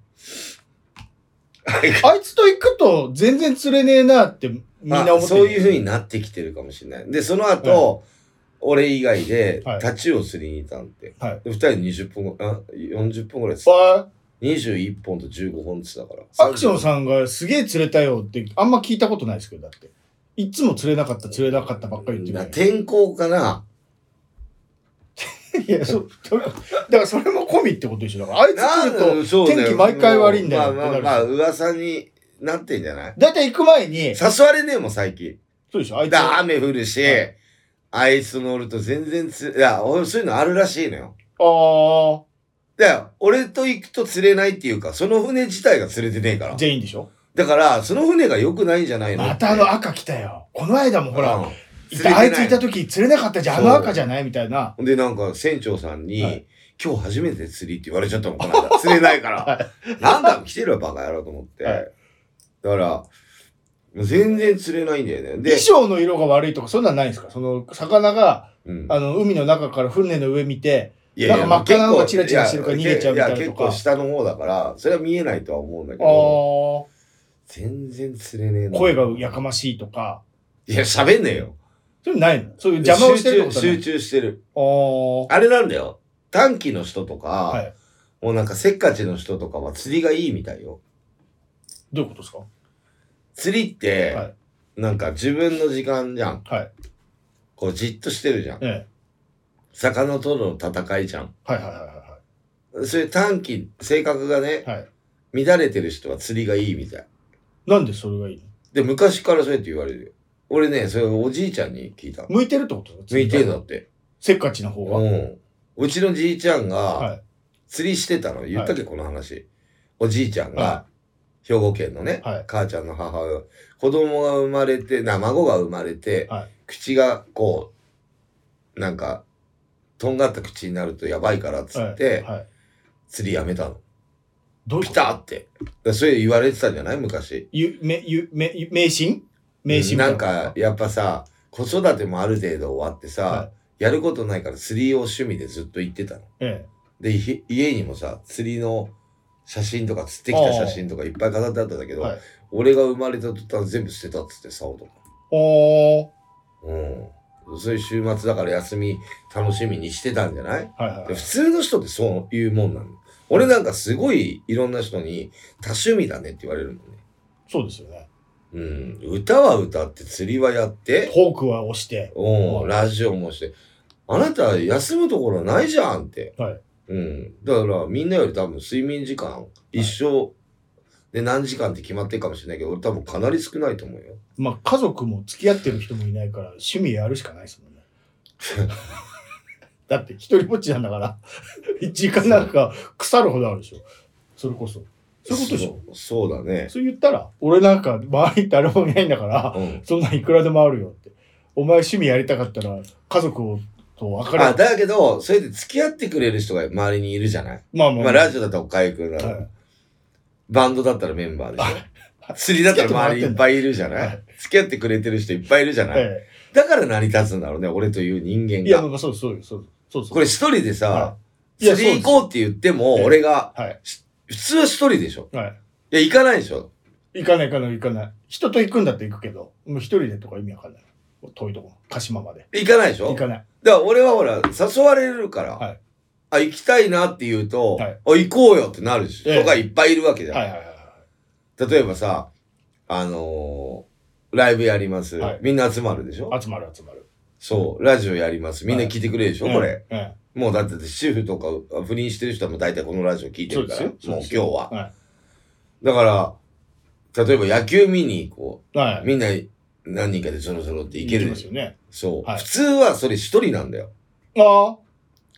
Speaker 2: あいつと行くと全然釣れねえなってみんな思って
Speaker 1: あそういう風
Speaker 2: に。
Speaker 1: になってきてるかもしれない。で、その後、俺以外で
Speaker 2: はい、
Speaker 1: タチを釣りに行ったんで。
Speaker 2: はい
Speaker 1: で二人で20分後、あ、40分ぐらい釣っ
Speaker 2: あ
Speaker 1: た。21本と15本釣ったから。
Speaker 2: アクションさんがすげえ釣れたよってあんま聞いたことないですけど、だって。いつも釣れなかった釣れなかったばっかり言って
Speaker 1: な
Speaker 2: る。
Speaker 1: 天候かない
Speaker 2: や、そ、それ、だからそれも込みってことでしょ。だからあいつ
Speaker 1: な
Speaker 2: 釣ると、
Speaker 1: そうだよ
Speaker 2: 天気毎回悪いんだ
Speaker 1: も
Speaker 2: よ
Speaker 1: うまあまあまあ、
Speaker 2: って
Speaker 1: 噂になってんじゃない
Speaker 2: だいたい行く前に、
Speaker 1: 誘われねえもん、最近。
Speaker 2: そうでしょ、あいつ。
Speaker 1: だ
Speaker 2: あ
Speaker 1: 雨降るし、
Speaker 2: はい
Speaker 1: アイス乗ると全然釣れ、いや、俺そういうのあるらしいのよ。
Speaker 2: あー、
Speaker 1: だから俺と行くと釣れないっていうか、その船自体が釣れてねえから。
Speaker 2: 全員でしょ。
Speaker 1: だから、その船が良くないんじゃないの
Speaker 2: またあの赤来たよ。この間もほら、
Speaker 1: うん
Speaker 2: い
Speaker 1: 釣
Speaker 2: た
Speaker 1: れて
Speaker 2: あ
Speaker 1: ない
Speaker 2: ついた時釣れなかったじゃん、あ
Speaker 1: そう
Speaker 2: の赤じゃないみたいな。
Speaker 1: ほんで、なんか、船長さんに、
Speaker 2: はい
Speaker 1: 今日初めて釣りって言われちゃったもん、この間。釣れないから。
Speaker 2: は
Speaker 1: なんだ、来てるわ、バカ野郎と思って。
Speaker 2: は
Speaker 1: だから、全然釣れないんだよね。で
Speaker 2: 衣、装の色が悪いとか、そんなんないんですかその、魚が、
Speaker 1: うん
Speaker 2: あの、海の中から船の上見て、
Speaker 1: いやいや
Speaker 2: なんか真っ赤なの
Speaker 1: 結
Speaker 2: が
Speaker 1: 構
Speaker 2: チラチラしてるから逃げちゃうみたいなとか
Speaker 1: や結構下の方だから、それは見えないとは思うんだけ
Speaker 2: あ
Speaker 1: ど、
Speaker 2: ー、
Speaker 1: 全然釣れねえな。
Speaker 2: 声がやかましいとか、
Speaker 1: いや、喋んねえよ。
Speaker 2: そういうのないのそういう邪魔をしてるってことはな
Speaker 1: 集中集
Speaker 2: い
Speaker 1: 中してる。
Speaker 2: あー、
Speaker 1: あれなんだよ。短期の人とか、
Speaker 2: はい
Speaker 1: もうなんかせっかちの人とかは釣りがいいみたいよ。
Speaker 2: どういうことですか
Speaker 1: 釣りって、
Speaker 2: はい
Speaker 1: なんか自分の時間じゃん。
Speaker 2: はい。
Speaker 1: こうじっとしてるじゃん。
Speaker 2: ええ。
Speaker 1: 魚との戦いじゃん。
Speaker 2: はいはいはいは
Speaker 1: そういう短期、性格がね
Speaker 2: い、はい。はい。
Speaker 1: 乱れてる人は釣りがいいみたい。
Speaker 2: なんでそれがいいの
Speaker 1: で、昔からそうやって言われるよ。俺ね、それおじいちゃんに聞いたの。
Speaker 2: 向いてるってこと
Speaker 1: 向いてんだ
Speaker 2: の
Speaker 1: って。
Speaker 2: せっかちな方が。
Speaker 1: うん。うちのじいちゃん
Speaker 2: は
Speaker 1: が
Speaker 2: い、
Speaker 1: 釣りしてたの。言ったっけ、この話。おじいちゃんが
Speaker 2: は、
Speaker 1: 兵庫県のね、
Speaker 2: はい
Speaker 1: 母ちゃんの母親、子供が生まれて、な、孫が生まれて、
Speaker 2: はい
Speaker 1: 口がこう、なんか、とんがった口になるとやばいからっつって、
Speaker 2: はいはい、
Speaker 1: 釣りやめたの。
Speaker 2: どういう
Speaker 1: ピ
Speaker 2: こ
Speaker 1: タ
Speaker 2: と
Speaker 1: って。だからそれ言われてたんじゃない昔。
Speaker 2: ゆめゆめゆ迷信迷信みた
Speaker 1: ないんか、やっぱさ、子育てもある程度終わってさ、
Speaker 2: は
Speaker 1: やることないから釣りを趣味でずっと行ってたの。
Speaker 2: え
Speaker 1: で、ひ家にもさ、釣りの写真とか、釣ってきた写真とかいっぱい飾ってあったんだけ
Speaker 2: え
Speaker 1: ど、
Speaker 2: はい、
Speaker 1: 俺が生まれた途端全部捨てたっつって、竿とか。
Speaker 2: おー
Speaker 1: うん。そういう週末だから休み楽しみにしてたんじゃない
Speaker 2: はいはいは
Speaker 1: で
Speaker 2: い
Speaker 1: 普通の人ってそういうもんなの。俺なんかすごいいろんな人に多趣味だねって言われるもんね。
Speaker 2: そうですよね
Speaker 1: うん。歌は歌って釣りはやって、
Speaker 2: フォークは押して
Speaker 1: うん、ラジオもして。あなた休むところないじゃんって。
Speaker 2: はい
Speaker 1: うん。だからみんなより多分睡眠時間一生で何時間って決まってるかもしれないけど、俺多分かなり少ないと思うよ。
Speaker 2: まあ家族も付き合ってる人もいないから趣味やるしかないですもんね だって一人ぼっちなんだから 時間なんか腐るほどあるでしょそれこそそういうことでしょ
Speaker 1: そうそうだね。
Speaker 2: そう言ったら俺なんか周り誰もいないんだから
Speaker 1: うん。
Speaker 2: そんなんいくらでもあるよってお前趣味やりたかったら家族をと別れ
Speaker 1: あだけど、それで付き合ってくれる人が周りにいるじゃない、
Speaker 2: まあまあ、
Speaker 1: まあ、ラジオだったら岡井くんだ、
Speaker 2: はい
Speaker 1: バンドだったらメンバーでし
Speaker 2: は
Speaker 1: ょ。釣りだったら周りいっぱいいるじゃない、
Speaker 2: は
Speaker 1: 付き合ってくれてる人いっぱいいるじゃない、
Speaker 2: ええ
Speaker 1: だから成り立つんだろうね、俺という人間
Speaker 2: いや、
Speaker 1: が。
Speaker 2: まあ、そうですそうですそうですそうです
Speaker 1: これ一人でさ、
Speaker 2: はいいや
Speaker 1: 釣り行こうって言っても、
Speaker 2: ええ
Speaker 1: 俺が、
Speaker 2: はい
Speaker 1: し普通は一人でしょ。
Speaker 2: はい
Speaker 1: や、行かないでしょ。
Speaker 2: 行かない行かない行かない。人と行くんだって行くけど、もう一人でとか意味わかんない。遠いとこ、鹿島まで。
Speaker 1: 行かないでしょ。
Speaker 2: 行かない。
Speaker 1: だから俺はほら、誘われるから、
Speaker 2: はい
Speaker 1: あ、行きたいなって言うと、
Speaker 2: はい
Speaker 1: あ、行こうよってなるし、
Speaker 2: ええ
Speaker 1: 人がいっぱいいるわけじゃん。
Speaker 2: はいはいはいはい。
Speaker 1: 例えばさ、あのーライブやります、
Speaker 2: はい
Speaker 1: みんな集まるでしょ
Speaker 2: 集まる集まる。
Speaker 1: そう。ラジオやります。みんな聞いてくれるでしょ、これ。
Speaker 2: うん。うん
Speaker 1: もうだって主婦とか不倫してる人も大体このラジオ聞いてるから。
Speaker 2: そう
Speaker 1: もう
Speaker 2: ですよ
Speaker 1: 今
Speaker 2: そうで
Speaker 1: 日
Speaker 2: すよ
Speaker 1: は。
Speaker 2: は
Speaker 1: だから、例えば野球見に行こ
Speaker 2: い。は
Speaker 1: う。
Speaker 2: い。
Speaker 1: みんな何人かでそろそろって行ける
Speaker 2: ま
Speaker 1: ですしょ。
Speaker 2: よね。
Speaker 1: そう、
Speaker 2: はい
Speaker 1: 普通はそれ一人なんだよ。
Speaker 2: ああ。はい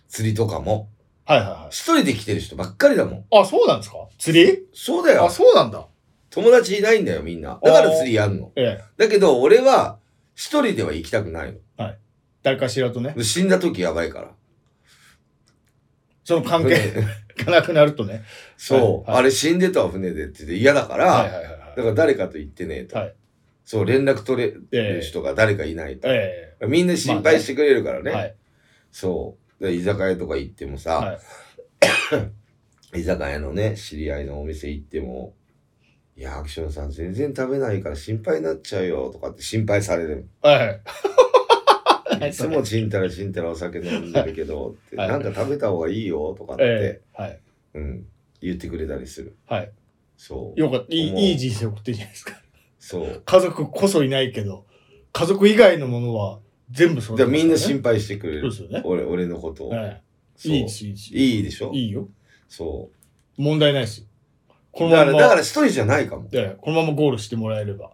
Speaker 1: 釣りとかも。
Speaker 2: はいは
Speaker 1: 一人で来てる人ばっかりだもん。
Speaker 2: い。あ、そうなんですか釣り
Speaker 1: そうだ
Speaker 3: あ、
Speaker 1: よ。
Speaker 3: そうなんだ。
Speaker 1: 友達いないんだよ、みんな。だから釣りやんの。
Speaker 2: ええ。
Speaker 1: だけど、俺は一人では行きたくないの。
Speaker 2: 誰かしらとね。
Speaker 1: 死んだ時やばいから。
Speaker 2: その関係。行かなくなるとね。
Speaker 1: そう、
Speaker 2: はいはい
Speaker 1: あれ死んでたわ船でって言って嫌だから、
Speaker 2: はいはいはい
Speaker 1: だ
Speaker 2: はい。
Speaker 1: から誰かと言ってねえと、
Speaker 2: はい
Speaker 1: そう連絡取れる人が誰かいないと、
Speaker 2: え
Speaker 1: みんな心配してくれるから
Speaker 2: え
Speaker 1: ね、
Speaker 2: はい。
Speaker 1: そうだから居酒屋とか行ってもさ、
Speaker 2: は
Speaker 1: 居酒屋のね知り合いのお店行っても「いやアクションさん全然食べないから心配になっちゃうよ」とかって心配される
Speaker 2: はいはい。
Speaker 1: いつもちんたらちんたらお酒飲んでるけど、って
Speaker 2: はい
Speaker 1: なんか食べた方がいいよとかって、
Speaker 2: ええはい。
Speaker 1: うん、言ってくれたりする。
Speaker 2: はい。
Speaker 1: そう。
Speaker 2: よかった。い
Speaker 1: 思う
Speaker 2: いいい人生送ってるじゃないですか。
Speaker 1: そう。
Speaker 2: 家族こそいないけど、家族以外のものは全部そう
Speaker 1: だからみんな
Speaker 2: 心
Speaker 1: 心配してくれ
Speaker 2: そう
Speaker 1: る
Speaker 2: で。すよね。
Speaker 1: 俺俺のことを、
Speaker 2: ええ
Speaker 1: そう
Speaker 2: いいです、いいです。
Speaker 1: いいでしょ
Speaker 2: いいよ。
Speaker 1: そ
Speaker 2: 問題ないですよ。こ
Speaker 1: う。
Speaker 2: の
Speaker 1: だ
Speaker 2: ま
Speaker 1: から、
Speaker 2: んま、
Speaker 1: だから一人じゃないかも。
Speaker 2: ええこのままゴールしてもらえれば。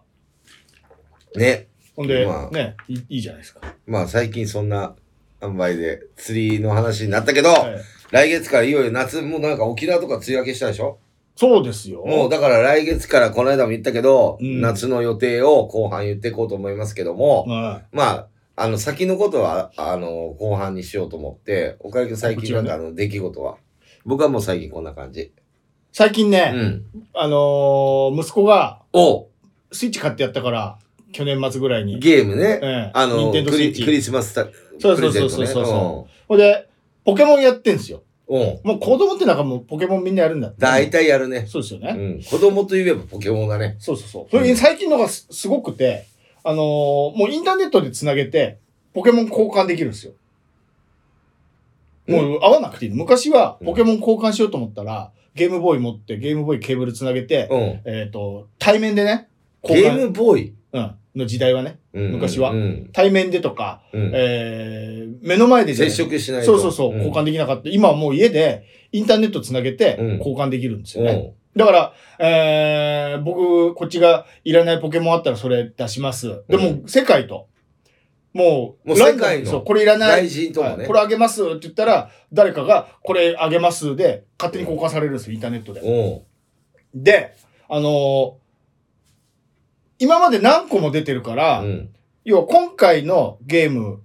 Speaker 1: ね。
Speaker 2: ほんで、
Speaker 1: まあ
Speaker 2: ねいい、いいじゃないですか。
Speaker 1: まあ最近そんな塩梅で釣りの話になったけど、
Speaker 2: ええ
Speaker 1: 来月からいよいよ夏、もうなんか沖縄とか梅雨明けしたでしょ
Speaker 2: そうですよ。
Speaker 1: もうだから来月からこの間も言ったけど、
Speaker 2: うん
Speaker 1: 夏の予定を後半言っていこうと思いますけども、
Speaker 2: は
Speaker 1: まあ、あの、先のことは、あの、後半にしようと思って、おかげで最近なんかあの、出来事は。僕はもう最近こんな感じ。
Speaker 2: い最近
Speaker 1: う
Speaker 2: ね、
Speaker 1: ん。
Speaker 2: あのー息子が
Speaker 1: お
Speaker 2: スイッチ買ってやったから、去年末ぐらいに。
Speaker 1: ゲームね。
Speaker 2: ええ
Speaker 1: あの、ク
Speaker 2: 任天堂スイ
Speaker 1: リ
Speaker 2: ッチ
Speaker 1: クリスマスた
Speaker 2: そ
Speaker 1: プ
Speaker 2: うそ
Speaker 1: レ
Speaker 2: う
Speaker 1: ゼ
Speaker 2: そ
Speaker 1: ン
Speaker 2: う
Speaker 1: ト
Speaker 2: そう
Speaker 1: ね。
Speaker 2: そうそう。ほんで、ポケモンやってんすよ。
Speaker 1: うん。うん。
Speaker 2: もう子供ってなんかもうポケモンみんなやるんだって。
Speaker 1: 大体やるね。
Speaker 2: そうですよね。
Speaker 1: うん。子供といえばポケモンだね。
Speaker 2: そうそうそう。それに最近のがすすごくて、あのーもうインターネットでつなげて、ポケモン交換できるんですよ。もう合わなくていいの。昔はポケモン交換しようと思ったら、ゲームボーイ持って、ゲームボーイケーブルつなげて、
Speaker 1: うん。
Speaker 2: えっ、と、対面でね、
Speaker 1: ゲ
Speaker 2: 交
Speaker 1: ー
Speaker 2: 換、
Speaker 1: ムボーイ。
Speaker 2: うん、の時代はね、
Speaker 1: うん
Speaker 2: 昔は
Speaker 1: うん。
Speaker 2: 対面でとか、
Speaker 1: うん
Speaker 2: えー、目の前でじゃ
Speaker 1: 接
Speaker 2: ない
Speaker 1: 触しない
Speaker 2: そ
Speaker 1: と。
Speaker 2: うそうそう、
Speaker 1: ん
Speaker 2: 交換できなかった。今はもう家でインターネットつなげて
Speaker 1: うん
Speaker 2: 交換できるんです
Speaker 1: う
Speaker 2: よ
Speaker 1: ん
Speaker 2: ね。だから、えー、僕、こっちがいらないポケモンあったらそれ出します。で
Speaker 1: う
Speaker 2: も、世界と。もう、
Speaker 1: もう
Speaker 2: ランダム
Speaker 1: 世界の
Speaker 2: そう、これいらない。
Speaker 1: 大臣とか
Speaker 2: は
Speaker 1: ね。
Speaker 2: いこれあげますって言ったら、誰かが、これあげますで、勝手に交換されるんですよ、インターネットで。
Speaker 1: うん。
Speaker 2: で、あのー今まで何個も出てるから、
Speaker 1: うん。
Speaker 2: 要は今回のゲーム、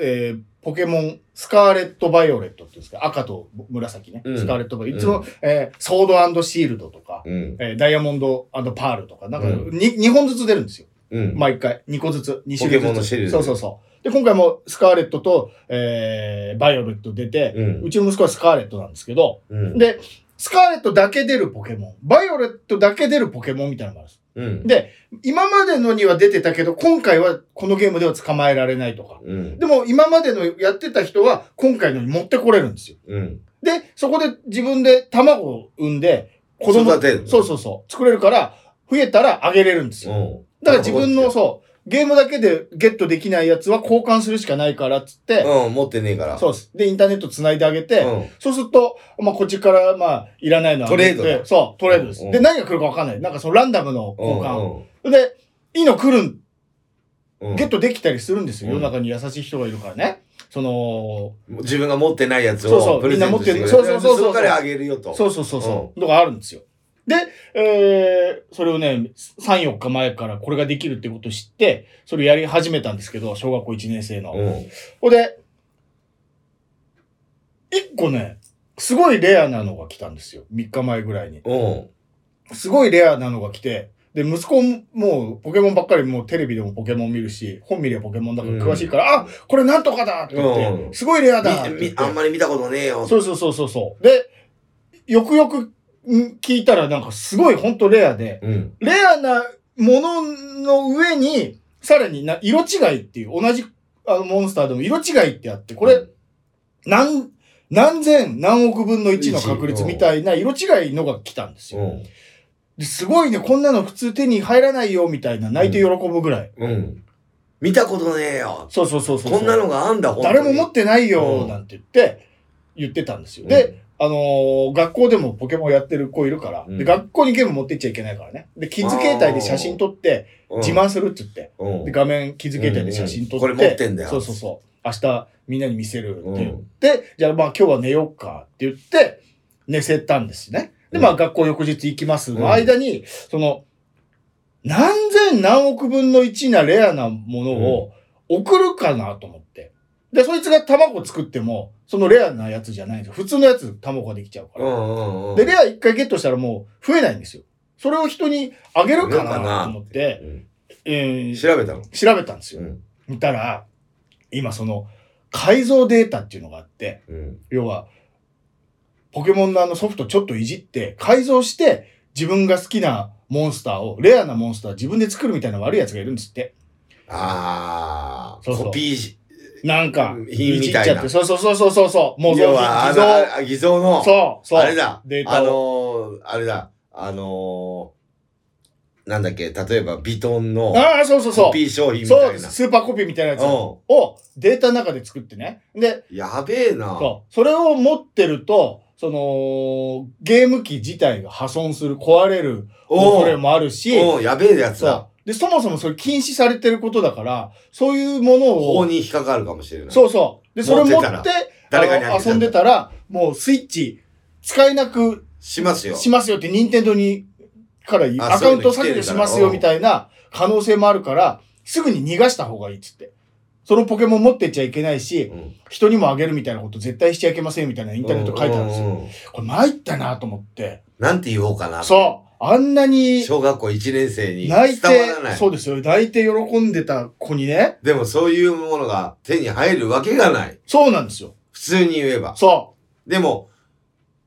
Speaker 2: えーポケモン、スカーレット・バイオレットっていうんですか、赤と紫ね、
Speaker 1: うん
Speaker 2: スカーレット・バイオレット。いうつも、えーソードシールドとか、
Speaker 1: うん。
Speaker 2: えーダイヤモンドパールとか、なんか
Speaker 1: う
Speaker 2: に、2本ずつ出るんですよ。
Speaker 1: うん。
Speaker 2: 毎回。2個ずつ。2
Speaker 1: ポ
Speaker 2: 種類ずつ。
Speaker 1: ケモンのシールド
Speaker 2: そうそうそう。で、今回もスカーレットと、えーバイオレット出て、
Speaker 1: う。
Speaker 2: うんちの息子はスカーレットなんですけど、
Speaker 1: うん。
Speaker 2: で、スカーレットだけ出るポケモン、バイオレットだけ出るポケモンみたいなのがあるんです。
Speaker 1: うん。
Speaker 2: 今までのには出てたけど、今回はこのゲームでは捕まえられないとか。
Speaker 1: うん。
Speaker 2: でも今までのやってた人は今回のに持ってこれるんですよ。
Speaker 1: うん。
Speaker 2: で、そこで自分で卵を産んで、子供
Speaker 1: 育てる
Speaker 2: そうそうそう。作れるから、増えたらあげれるんですよ。
Speaker 1: うん。
Speaker 2: だから自分の、そう、ゲームだけでゲットできないやつは交換するしかないからっつって、
Speaker 1: うん、持ってねえから。
Speaker 2: そうです。で、インターネット繋いであげて、
Speaker 1: うん。
Speaker 2: そうすると、まあ、こっちから、まあ、いらないのは
Speaker 1: トレードだ
Speaker 2: そう、トレードです。
Speaker 1: うん
Speaker 2: で、何が来るか分かんない。なんかそのランダムの交換。
Speaker 1: う
Speaker 2: で、いいの来る、
Speaker 1: んうん
Speaker 2: ゲットできたりするんですよ。
Speaker 1: うん
Speaker 2: 世の中に優しい人がいるからね。その、
Speaker 1: 自分が持ってないやつ
Speaker 2: そうそ
Speaker 1: を
Speaker 2: う
Speaker 1: プレゼントしてくれる。
Speaker 2: みんな持ってるそうそうそうそう
Speaker 1: れからあげるよと。
Speaker 2: そうそうそうそう、のがあるんですよ。で、えー、それをね、3、4日前からこれができるってことを知って、それをやり始めたんですけど、小学校1年生の。
Speaker 1: うん。
Speaker 2: ほんで、1個ね、すごいレアなのが来たんですよ。3日前ぐらいに。
Speaker 1: うん。
Speaker 2: すごいレアなのが来て、で、息子ももうポケモンばっかりもうテレビでもポケモン見るし、本見りゃポケモンだから詳しいから、あ、これなんとかだって言って、
Speaker 1: うん
Speaker 2: すごいレアだって
Speaker 1: み
Speaker 2: 言っ
Speaker 1: み
Speaker 2: て
Speaker 1: あんまり見たことねえよ。
Speaker 2: そうそうそうそうそう。で、よくよくん聞いたらなんかすごいほんとレアで、
Speaker 1: うん。
Speaker 2: レアなものの上に、さらにな色違いっていう、同じあのモンスターでも色違いってあって、これ、何、何千何億分の1の確率みたいな色違いのが来たんです
Speaker 1: う
Speaker 2: よ。
Speaker 1: ん。
Speaker 2: ですごいね、こんなの普通手に入らないよ、みたいな、泣いて喜ぶぐらい。
Speaker 1: うん。見たことねえよ。
Speaker 2: そうそうそうそう。
Speaker 1: こんなのがあんだ、本当に
Speaker 2: 誰も持ってないよ
Speaker 1: う、ん
Speaker 2: なんて言って、言ってたんですよ。で、、あのー学校でもポケモンやってる子いるから、
Speaker 1: うん
Speaker 2: で、学校にゲーム持ってっちゃいけないからね。で、キッズ携帯で写真撮って、
Speaker 1: うん
Speaker 2: 自。慢するって言って、
Speaker 1: うん
Speaker 2: で、画面、キッズ携帯で写真撮って、
Speaker 1: うんうんこれ持ってんだよ
Speaker 2: そうそうそう。明日、みんなに見せるって
Speaker 1: う
Speaker 2: 言っ
Speaker 1: ん。
Speaker 2: て、じゃあまあ今日は寝ようかって言って、寝せたんですね。で、ま
Speaker 1: う
Speaker 2: あ学校翌日行きます。
Speaker 1: うん
Speaker 2: の間に、その、何千何億分の1なレアなものを送るかなと思って。で、そいつが卵作っても、そのレアなやつじゃないんですよ。普通のやつ卵ができちゃうか
Speaker 1: う
Speaker 2: ら。
Speaker 1: んうんうん。
Speaker 2: で、レア一回ゲットしたらもう増えないんですよ。それを人にあげ
Speaker 1: あ
Speaker 2: るか
Speaker 1: げるかな
Speaker 2: なと思って、
Speaker 1: うん
Speaker 2: えー
Speaker 1: 調べたの。
Speaker 2: 調べたんです
Speaker 1: う
Speaker 2: よ。
Speaker 1: ん。
Speaker 2: 見たら、今その改造データっていうのがあって、
Speaker 1: うん。
Speaker 2: 要は、ポケモンのあのソフトちょっといじって、改造して、自分が好きなモンスターを、レアなモンスター自分で作るみたいな悪い奴がいるんですって。
Speaker 1: ああ、
Speaker 2: そうそう
Speaker 1: コピー、
Speaker 2: なんか、
Speaker 1: いいみたいな
Speaker 2: じっちゃってそうそうそうそうそうそう。もう、
Speaker 1: 要は、あ
Speaker 2: 偽造
Speaker 1: の、あ偽造の、
Speaker 2: そう、そう。
Speaker 1: あれだ、
Speaker 2: デー
Speaker 1: あ
Speaker 2: タ
Speaker 1: の
Speaker 2: を。
Speaker 1: ー、あれだ、あのー、なんだっけ、例えば、ビトンの
Speaker 2: ああ、そうそうそ
Speaker 1: コ
Speaker 2: う。
Speaker 1: ピー商品み
Speaker 2: そ
Speaker 1: た
Speaker 2: うで
Speaker 1: いな
Speaker 2: す。。スーパーコピーみたいなやつを
Speaker 1: う
Speaker 2: データの中で作ってね。で、
Speaker 1: ん。やべえな。
Speaker 2: そう。それを持ってると、その、ゲーム機自体が破損する、壊れる
Speaker 1: お
Speaker 2: 恐
Speaker 1: う
Speaker 2: れもあるし、
Speaker 1: おうやべえやつだ
Speaker 2: そ。う。で、そもそもそれ禁止されてることだから、そういうもの
Speaker 1: 法
Speaker 2: を、
Speaker 1: に引っかかるかもしれない。
Speaker 2: そうそう。で、それ持
Speaker 1: 持
Speaker 2: っ
Speaker 1: って
Speaker 2: て
Speaker 1: たら、誰かに
Speaker 2: あ
Speaker 1: あ
Speaker 2: の
Speaker 1: げ
Speaker 2: 遊んでたら、もうスイッチ使えなく
Speaker 1: しますよ。
Speaker 2: しますよって、任天堂に、から言う
Speaker 1: あ
Speaker 2: アカウント
Speaker 1: そういうの来てる
Speaker 2: 削除
Speaker 1: か
Speaker 2: し
Speaker 1: ら
Speaker 2: ますよみたいな可能性もあるから、すぐに逃がした方がいいっつって。そのポケモン持ってっちゃいけないし、
Speaker 1: うん
Speaker 2: 人にもあげるみたいなこと絶対しちゃいけませんみたいなインターネット書いてあるんです
Speaker 1: う
Speaker 2: よ。
Speaker 1: ううん
Speaker 2: これ参ったなと思って。
Speaker 1: なんて言おうかな。
Speaker 2: そう。あんなに
Speaker 1: 小学校1年生に伝わ
Speaker 2: 泣いて
Speaker 1: らな、い。
Speaker 2: そうですよ。泣いて喜んでた子にね、
Speaker 1: でもそういうものが手に入るわけがない。
Speaker 2: そうなんですよ。
Speaker 1: 普通に言えば。
Speaker 2: そ
Speaker 1: でも、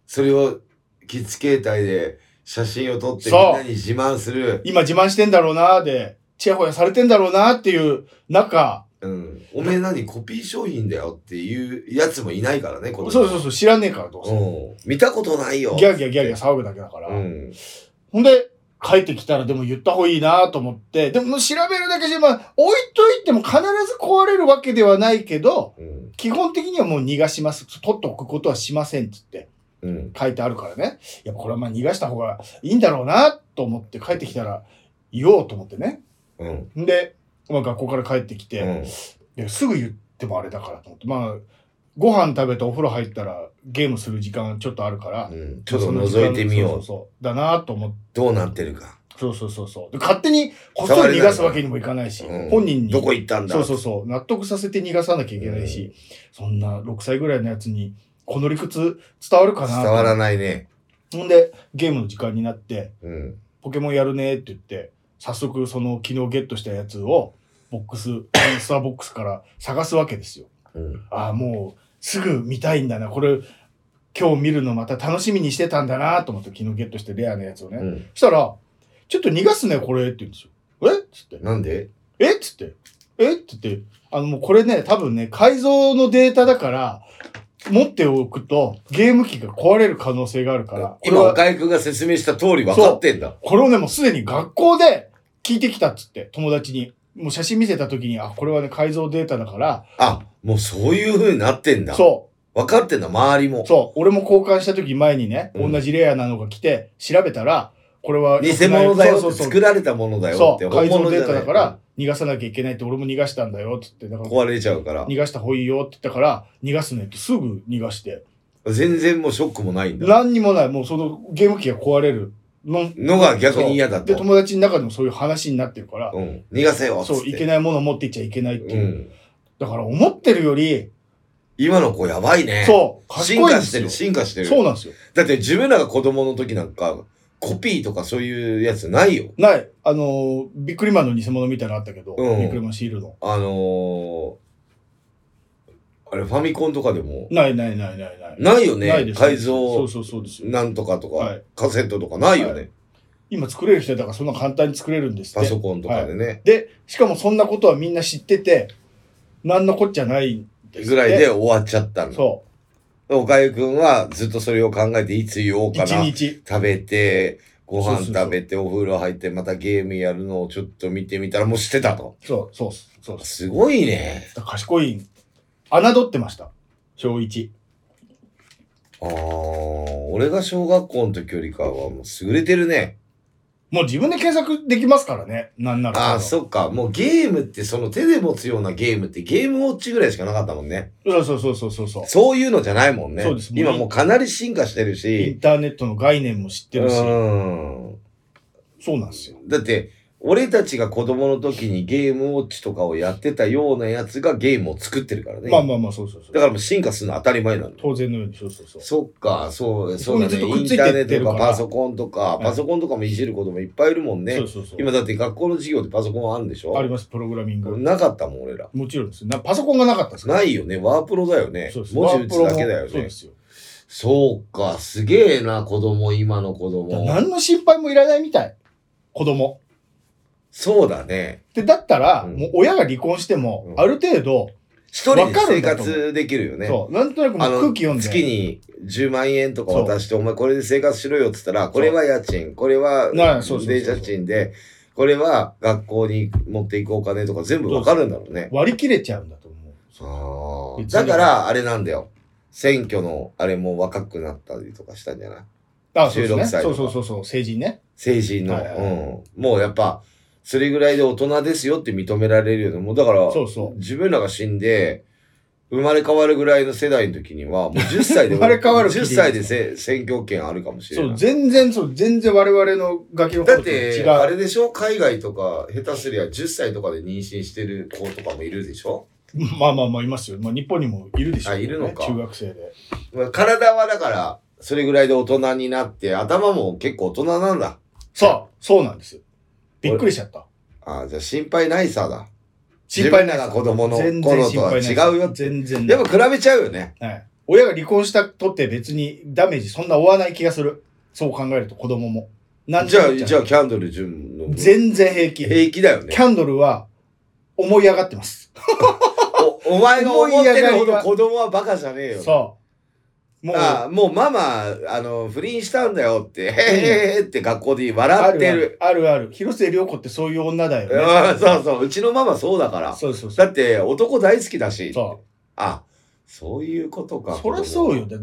Speaker 1: それをキッズ携帯で写真を撮ってみ
Speaker 2: そうん
Speaker 1: なに自慢す
Speaker 2: う。
Speaker 1: る。
Speaker 2: 今自慢してんだろうなーで、チヤホヤされてんだろうなーっていう中、
Speaker 1: うん。おめえ何コピー商品だよっていうやつもいないからね、こ
Speaker 2: そ
Speaker 1: の
Speaker 2: うそうそう、知らねえからどうせ。
Speaker 1: うん。見たことないよ。
Speaker 2: ギャーギャーギャーギャー騒ぐだけだから。
Speaker 1: うん。
Speaker 2: ほんで、帰ってきたらでも言った方がいいなーと思って、でも調べるだけじゃ、まあ、置いといても必ず壊れるわけではないけど、
Speaker 1: うん。
Speaker 2: 基本的にはもう逃がします。取っておくことはしませんっつって
Speaker 1: うん。
Speaker 2: 書いてあるからね。いや、これはまあ逃がした方がいいんだろうなと思って帰ってきたら言おうと思ってね。
Speaker 1: うん。
Speaker 2: で、まあ、学校から帰ってき
Speaker 1: う
Speaker 2: て、
Speaker 1: ん。
Speaker 2: いやすぐ言ってもあれだからと思ってまあご飯食べてお風呂入ったらゲームする時間ちょっとあるから、
Speaker 1: うんちょっと覗いてみよ
Speaker 2: そうう。そうそうだなと思って
Speaker 1: どうなってるか。
Speaker 2: そうそうそうそうで勝手にこっそり逃がすわけにもいかないし、
Speaker 1: うん
Speaker 2: 本人に
Speaker 1: どこ行ったんだ
Speaker 2: そうそうそう納得させて逃がさなきゃいけないし、そんな6歳ぐらいのやつにこの理屈伝わるかな
Speaker 1: 伝わらないね。
Speaker 2: ほんでゲームの時間になって
Speaker 1: うん。
Speaker 2: ポケモンやるねって言って、早速その昨日ゲットしたやつを、ボックス、スターボックスから探すわけですよ。
Speaker 1: うん。
Speaker 2: ああ、もうすぐ見たいんだな。これ、今日見るのまた楽しみにしてたんだなと思って昨日ゲットしてレアなやつをね。
Speaker 1: うん。
Speaker 2: そしたら、ちょっと逃がすね、これって言うんですよ。えっつって。
Speaker 1: なんで
Speaker 2: えっつって。えっつって。あの、もうこれね、多分ね、改造のデータだから、持っておくと、ゲーム機が壊れる可能性があるから。これ
Speaker 1: 今、
Speaker 2: は
Speaker 1: 岡井くんが説明した通り分かってんだ。
Speaker 2: これをね、もうすでに学校で聞いてきたっつって、友達に。もう写真見せた時に、あ、これはね、改造データだから、
Speaker 1: あ、もうそういう風になってんだ。
Speaker 2: そ
Speaker 1: 分かってんだ、周りも
Speaker 2: う、。そう、俺も交換した時前にね、
Speaker 1: うん
Speaker 2: 同じレアなのが来て、調べたら、これは良く
Speaker 1: 偽
Speaker 2: ない、
Speaker 1: 物だよ
Speaker 2: そうそうそう
Speaker 1: 作られたものだよって
Speaker 2: そう、
Speaker 1: 本
Speaker 2: 改造
Speaker 1: 物じ
Speaker 2: デ
Speaker 1: ゃ
Speaker 2: ー
Speaker 1: ない
Speaker 2: タだから、逃がさなきゃいけないって、俺も逃がしたんだよ、つって、だから、
Speaker 1: 壊れちゃうから
Speaker 2: 逃がした方がいいよって言ったから、逃がすねってすぐ逃がして、
Speaker 1: 全然もうショックもないんだ
Speaker 2: 何にもない、もうそのゲーム機が壊れるの。
Speaker 1: のが逆に嫌だ
Speaker 2: で、
Speaker 1: と、
Speaker 2: 友達の中でもそういう話になってるから、
Speaker 1: うん、逃がせよっつって
Speaker 2: そう、いけないものを持っていっちゃいけないっていうう。
Speaker 1: ん、
Speaker 2: だから思ってるより、
Speaker 1: 今の子やばいね
Speaker 2: そう、
Speaker 1: 進
Speaker 2: 賢いん
Speaker 1: 化
Speaker 2: で
Speaker 1: して
Speaker 2: す
Speaker 1: る
Speaker 2: よ。
Speaker 1: 進化してる
Speaker 2: そうなんですよ。
Speaker 1: だって自分らが子供の時なんかコピーとかそういうやつないよ
Speaker 2: ない。あのー、ビックリマンの偽物みたいなのあったけど、
Speaker 1: うん
Speaker 2: ビックリマンシールの。
Speaker 1: あのー、あれファミコンとかでも
Speaker 2: ないないないないない。
Speaker 1: ないよ
Speaker 2: ない
Speaker 1: ね改
Speaker 2: そ
Speaker 1: 造
Speaker 2: うそうそうですよ。
Speaker 1: なんとかとか、
Speaker 2: はい
Speaker 1: カセットとかないよね、
Speaker 2: は今作れる人だからそんな簡単に作れるんですっ
Speaker 1: パ
Speaker 2: て
Speaker 1: ソ。コンとかでね、
Speaker 2: で、しかもそんなことはみんな知ってて、なんのこっちゃないんですって
Speaker 1: ぐらいで。終わっちゃったの
Speaker 2: そ
Speaker 1: おかゆくんはずっとそれを考えていつ言おう
Speaker 2: う。
Speaker 1: か
Speaker 2: 一
Speaker 1: な。
Speaker 2: 日。
Speaker 1: 食べて、ご
Speaker 2: そう
Speaker 1: 飯
Speaker 2: そうそう
Speaker 1: 食べて、お風呂入って、またゲームやるのをちょっと見てみたらもうしてたと。
Speaker 2: そう、そうっす。そうっす。
Speaker 1: すごいね。
Speaker 2: だから賢い。侮ってました。小一。
Speaker 1: あー、俺が小学校の時よりかはもう優れてるね。
Speaker 2: もう自分で検索できますからね。なんなら。
Speaker 1: あー、そっか。もうゲームってその手で持つようなゲームってゲームウォッチぐらいしかなかったもんね。
Speaker 2: そうそうそうそうそうそう。
Speaker 1: そういうのじゃないもんね。
Speaker 2: そうです
Speaker 1: 今もうかなり進化してる
Speaker 2: イン
Speaker 1: し。
Speaker 2: ターネットの概念も知って
Speaker 1: う
Speaker 2: るし。
Speaker 1: ーん。
Speaker 2: そうなんですよ。
Speaker 1: だって、俺たちが子供の時にゲームウォッチとかをやってたようなやつがゲームを作ってるからね。
Speaker 2: まあまあまあ、そうそうそう。
Speaker 1: だからもう進化するの当たり前なの。
Speaker 2: 当然のように、そうそうそう。
Speaker 1: そっか、そう、
Speaker 2: そ
Speaker 1: そ
Speaker 2: こ
Speaker 1: う
Speaker 2: に
Speaker 1: だ
Speaker 2: ずっ
Speaker 1: ね。
Speaker 2: とく
Speaker 1: イ
Speaker 2: っ
Speaker 1: ン
Speaker 2: つい
Speaker 1: タ
Speaker 2: て
Speaker 1: ー
Speaker 2: っ
Speaker 1: ネ
Speaker 2: て
Speaker 1: ッ
Speaker 2: る
Speaker 1: ト
Speaker 2: か
Speaker 1: と
Speaker 2: ら
Speaker 1: かパソコンとか、
Speaker 2: はい
Speaker 1: パソコンとかもいじることもいっぱいいるもんね。
Speaker 2: そうそうそう。
Speaker 1: 今だって学校の授業でパソコンあるんでしょ
Speaker 2: あります、プログラミング。
Speaker 1: なかったもん、俺ら。
Speaker 2: もちろんです。なパソコンがなかったですから
Speaker 1: ないよね。ワープロだよね
Speaker 2: そうで。す
Speaker 1: 文字打つだけだよ
Speaker 2: そうで
Speaker 1: ね。
Speaker 2: すよ。
Speaker 1: そうか、すげえな、子供、今の子
Speaker 2: だから
Speaker 1: 供。
Speaker 2: 何の心配もいらないみたい。子供。
Speaker 1: そうだね。
Speaker 2: で、だったら、
Speaker 1: うん
Speaker 2: もう親が離婚しても、
Speaker 1: うん
Speaker 2: ある程度、
Speaker 1: 一人
Speaker 2: わ
Speaker 1: で
Speaker 2: かる
Speaker 1: 生
Speaker 2: んだと思う
Speaker 1: 活できるよね。
Speaker 2: そう、なんとなくも
Speaker 1: あ
Speaker 2: う
Speaker 1: の
Speaker 2: 空気読んで。
Speaker 1: 月に10万円とか渡して、お前これで生活しろよって言ったら、これは家賃、これは
Speaker 2: なあそうそうそう
Speaker 1: 電車賃で、これは学校に持っていくお金とか全部わかるんだろうね。
Speaker 2: 割り切れちゃうんだと思う。
Speaker 1: あ
Speaker 2: 別
Speaker 1: ー
Speaker 2: に
Speaker 1: だから、あれなんだよ。選挙のあれも若くなったりとかしたんじゃない
Speaker 2: あ、そうですね。
Speaker 1: 16歳
Speaker 2: そ
Speaker 1: と
Speaker 2: う
Speaker 1: か
Speaker 2: そうそうそう、成人ね。
Speaker 1: 成人の、
Speaker 2: はいはいは
Speaker 1: うん。もうやっぱ、それぐらいで大人ですよって認められるよね。もうだから、
Speaker 2: そうそう
Speaker 1: 自分らが死んで、生まれ変わるぐらいの世代の時には、もう10歳で、
Speaker 2: 生まれ変わる時
Speaker 1: 10歳でせ選挙権あるかもしれ
Speaker 2: そ
Speaker 1: な
Speaker 2: う、
Speaker 1: い。
Speaker 2: 全然、そう、全然我々のガキの
Speaker 1: だっ
Speaker 2: 頃と違
Speaker 1: て、あ
Speaker 2: う。
Speaker 1: れでしょ海外とか、下手すりゃ10歳とかで妊娠してる子とかもいるでしょ
Speaker 2: まあまあまあ、いますよ。まあ、日本にもいるでしょうけどね、
Speaker 1: あいるのか
Speaker 2: 中学生で。
Speaker 1: まあ体はだから、それぐらいで大人になって、頭も結構大人なんだ。
Speaker 2: そう、そうなんですよ。びっくりしちゃった。
Speaker 1: ああ、じゃあ心配ないさだ。
Speaker 2: 心配ない
Speaker 1: 自分らが子供の
Speaker 2: 全然
Speaker 1: 頃
Speaker 2: 心
Speaker 1: と
Speaker 2: 配
Speaker 1: は
Speaker 2: ない
Speaker 1: 違うよって。
Speaker 2: 全然ない
Speaker 1: でも比べちゃうよね。
Speaker 2: はい、親が離婚したとって別にダメージそんな負わない気がするそう考えると子供もなん
Speaker 1: じゃあ、
Speaker 2: じ
Speaker 1: じ
Speaker 2: ゃ
Speaker 1: ゃあ、キャンドル純の。
Speaker 2: 全然平気、
Speaker 1: 平気だよ
Speaker 2: キ
Speaker 1: ね。
Speaker 2: ャンドルは思い上がってます
Speaker 1: おお前の思ってる
Speaker 2: 思
Speaker 1: ほ
Speaker 2: い上がり
Speaker 1: ど
Speaker 2: は
Speaker 1: 子供はバカじゃねえよ。
Speaker 2: そうもう
Speaker 1: ああもうママ、あの、不倫したんだよって、へへへへって学校で笑ってる。
Speaker 2: あるあるある広末涼子ってそういう女だよ
Speaker 1: あ
Speaker 2: ね
Speaker 1: そうそう、うちのママそうだから。
Speaker 2: そうそうそ
Speaker 1: だ
Speaker 2: う
Speaker 1: って、男大好きだし。
Speaker 2: そ
Speaker 1: あ、そういうこと
Speaker 2: う
Speaker 1: か。
Speaker 2: そりゃそうよだ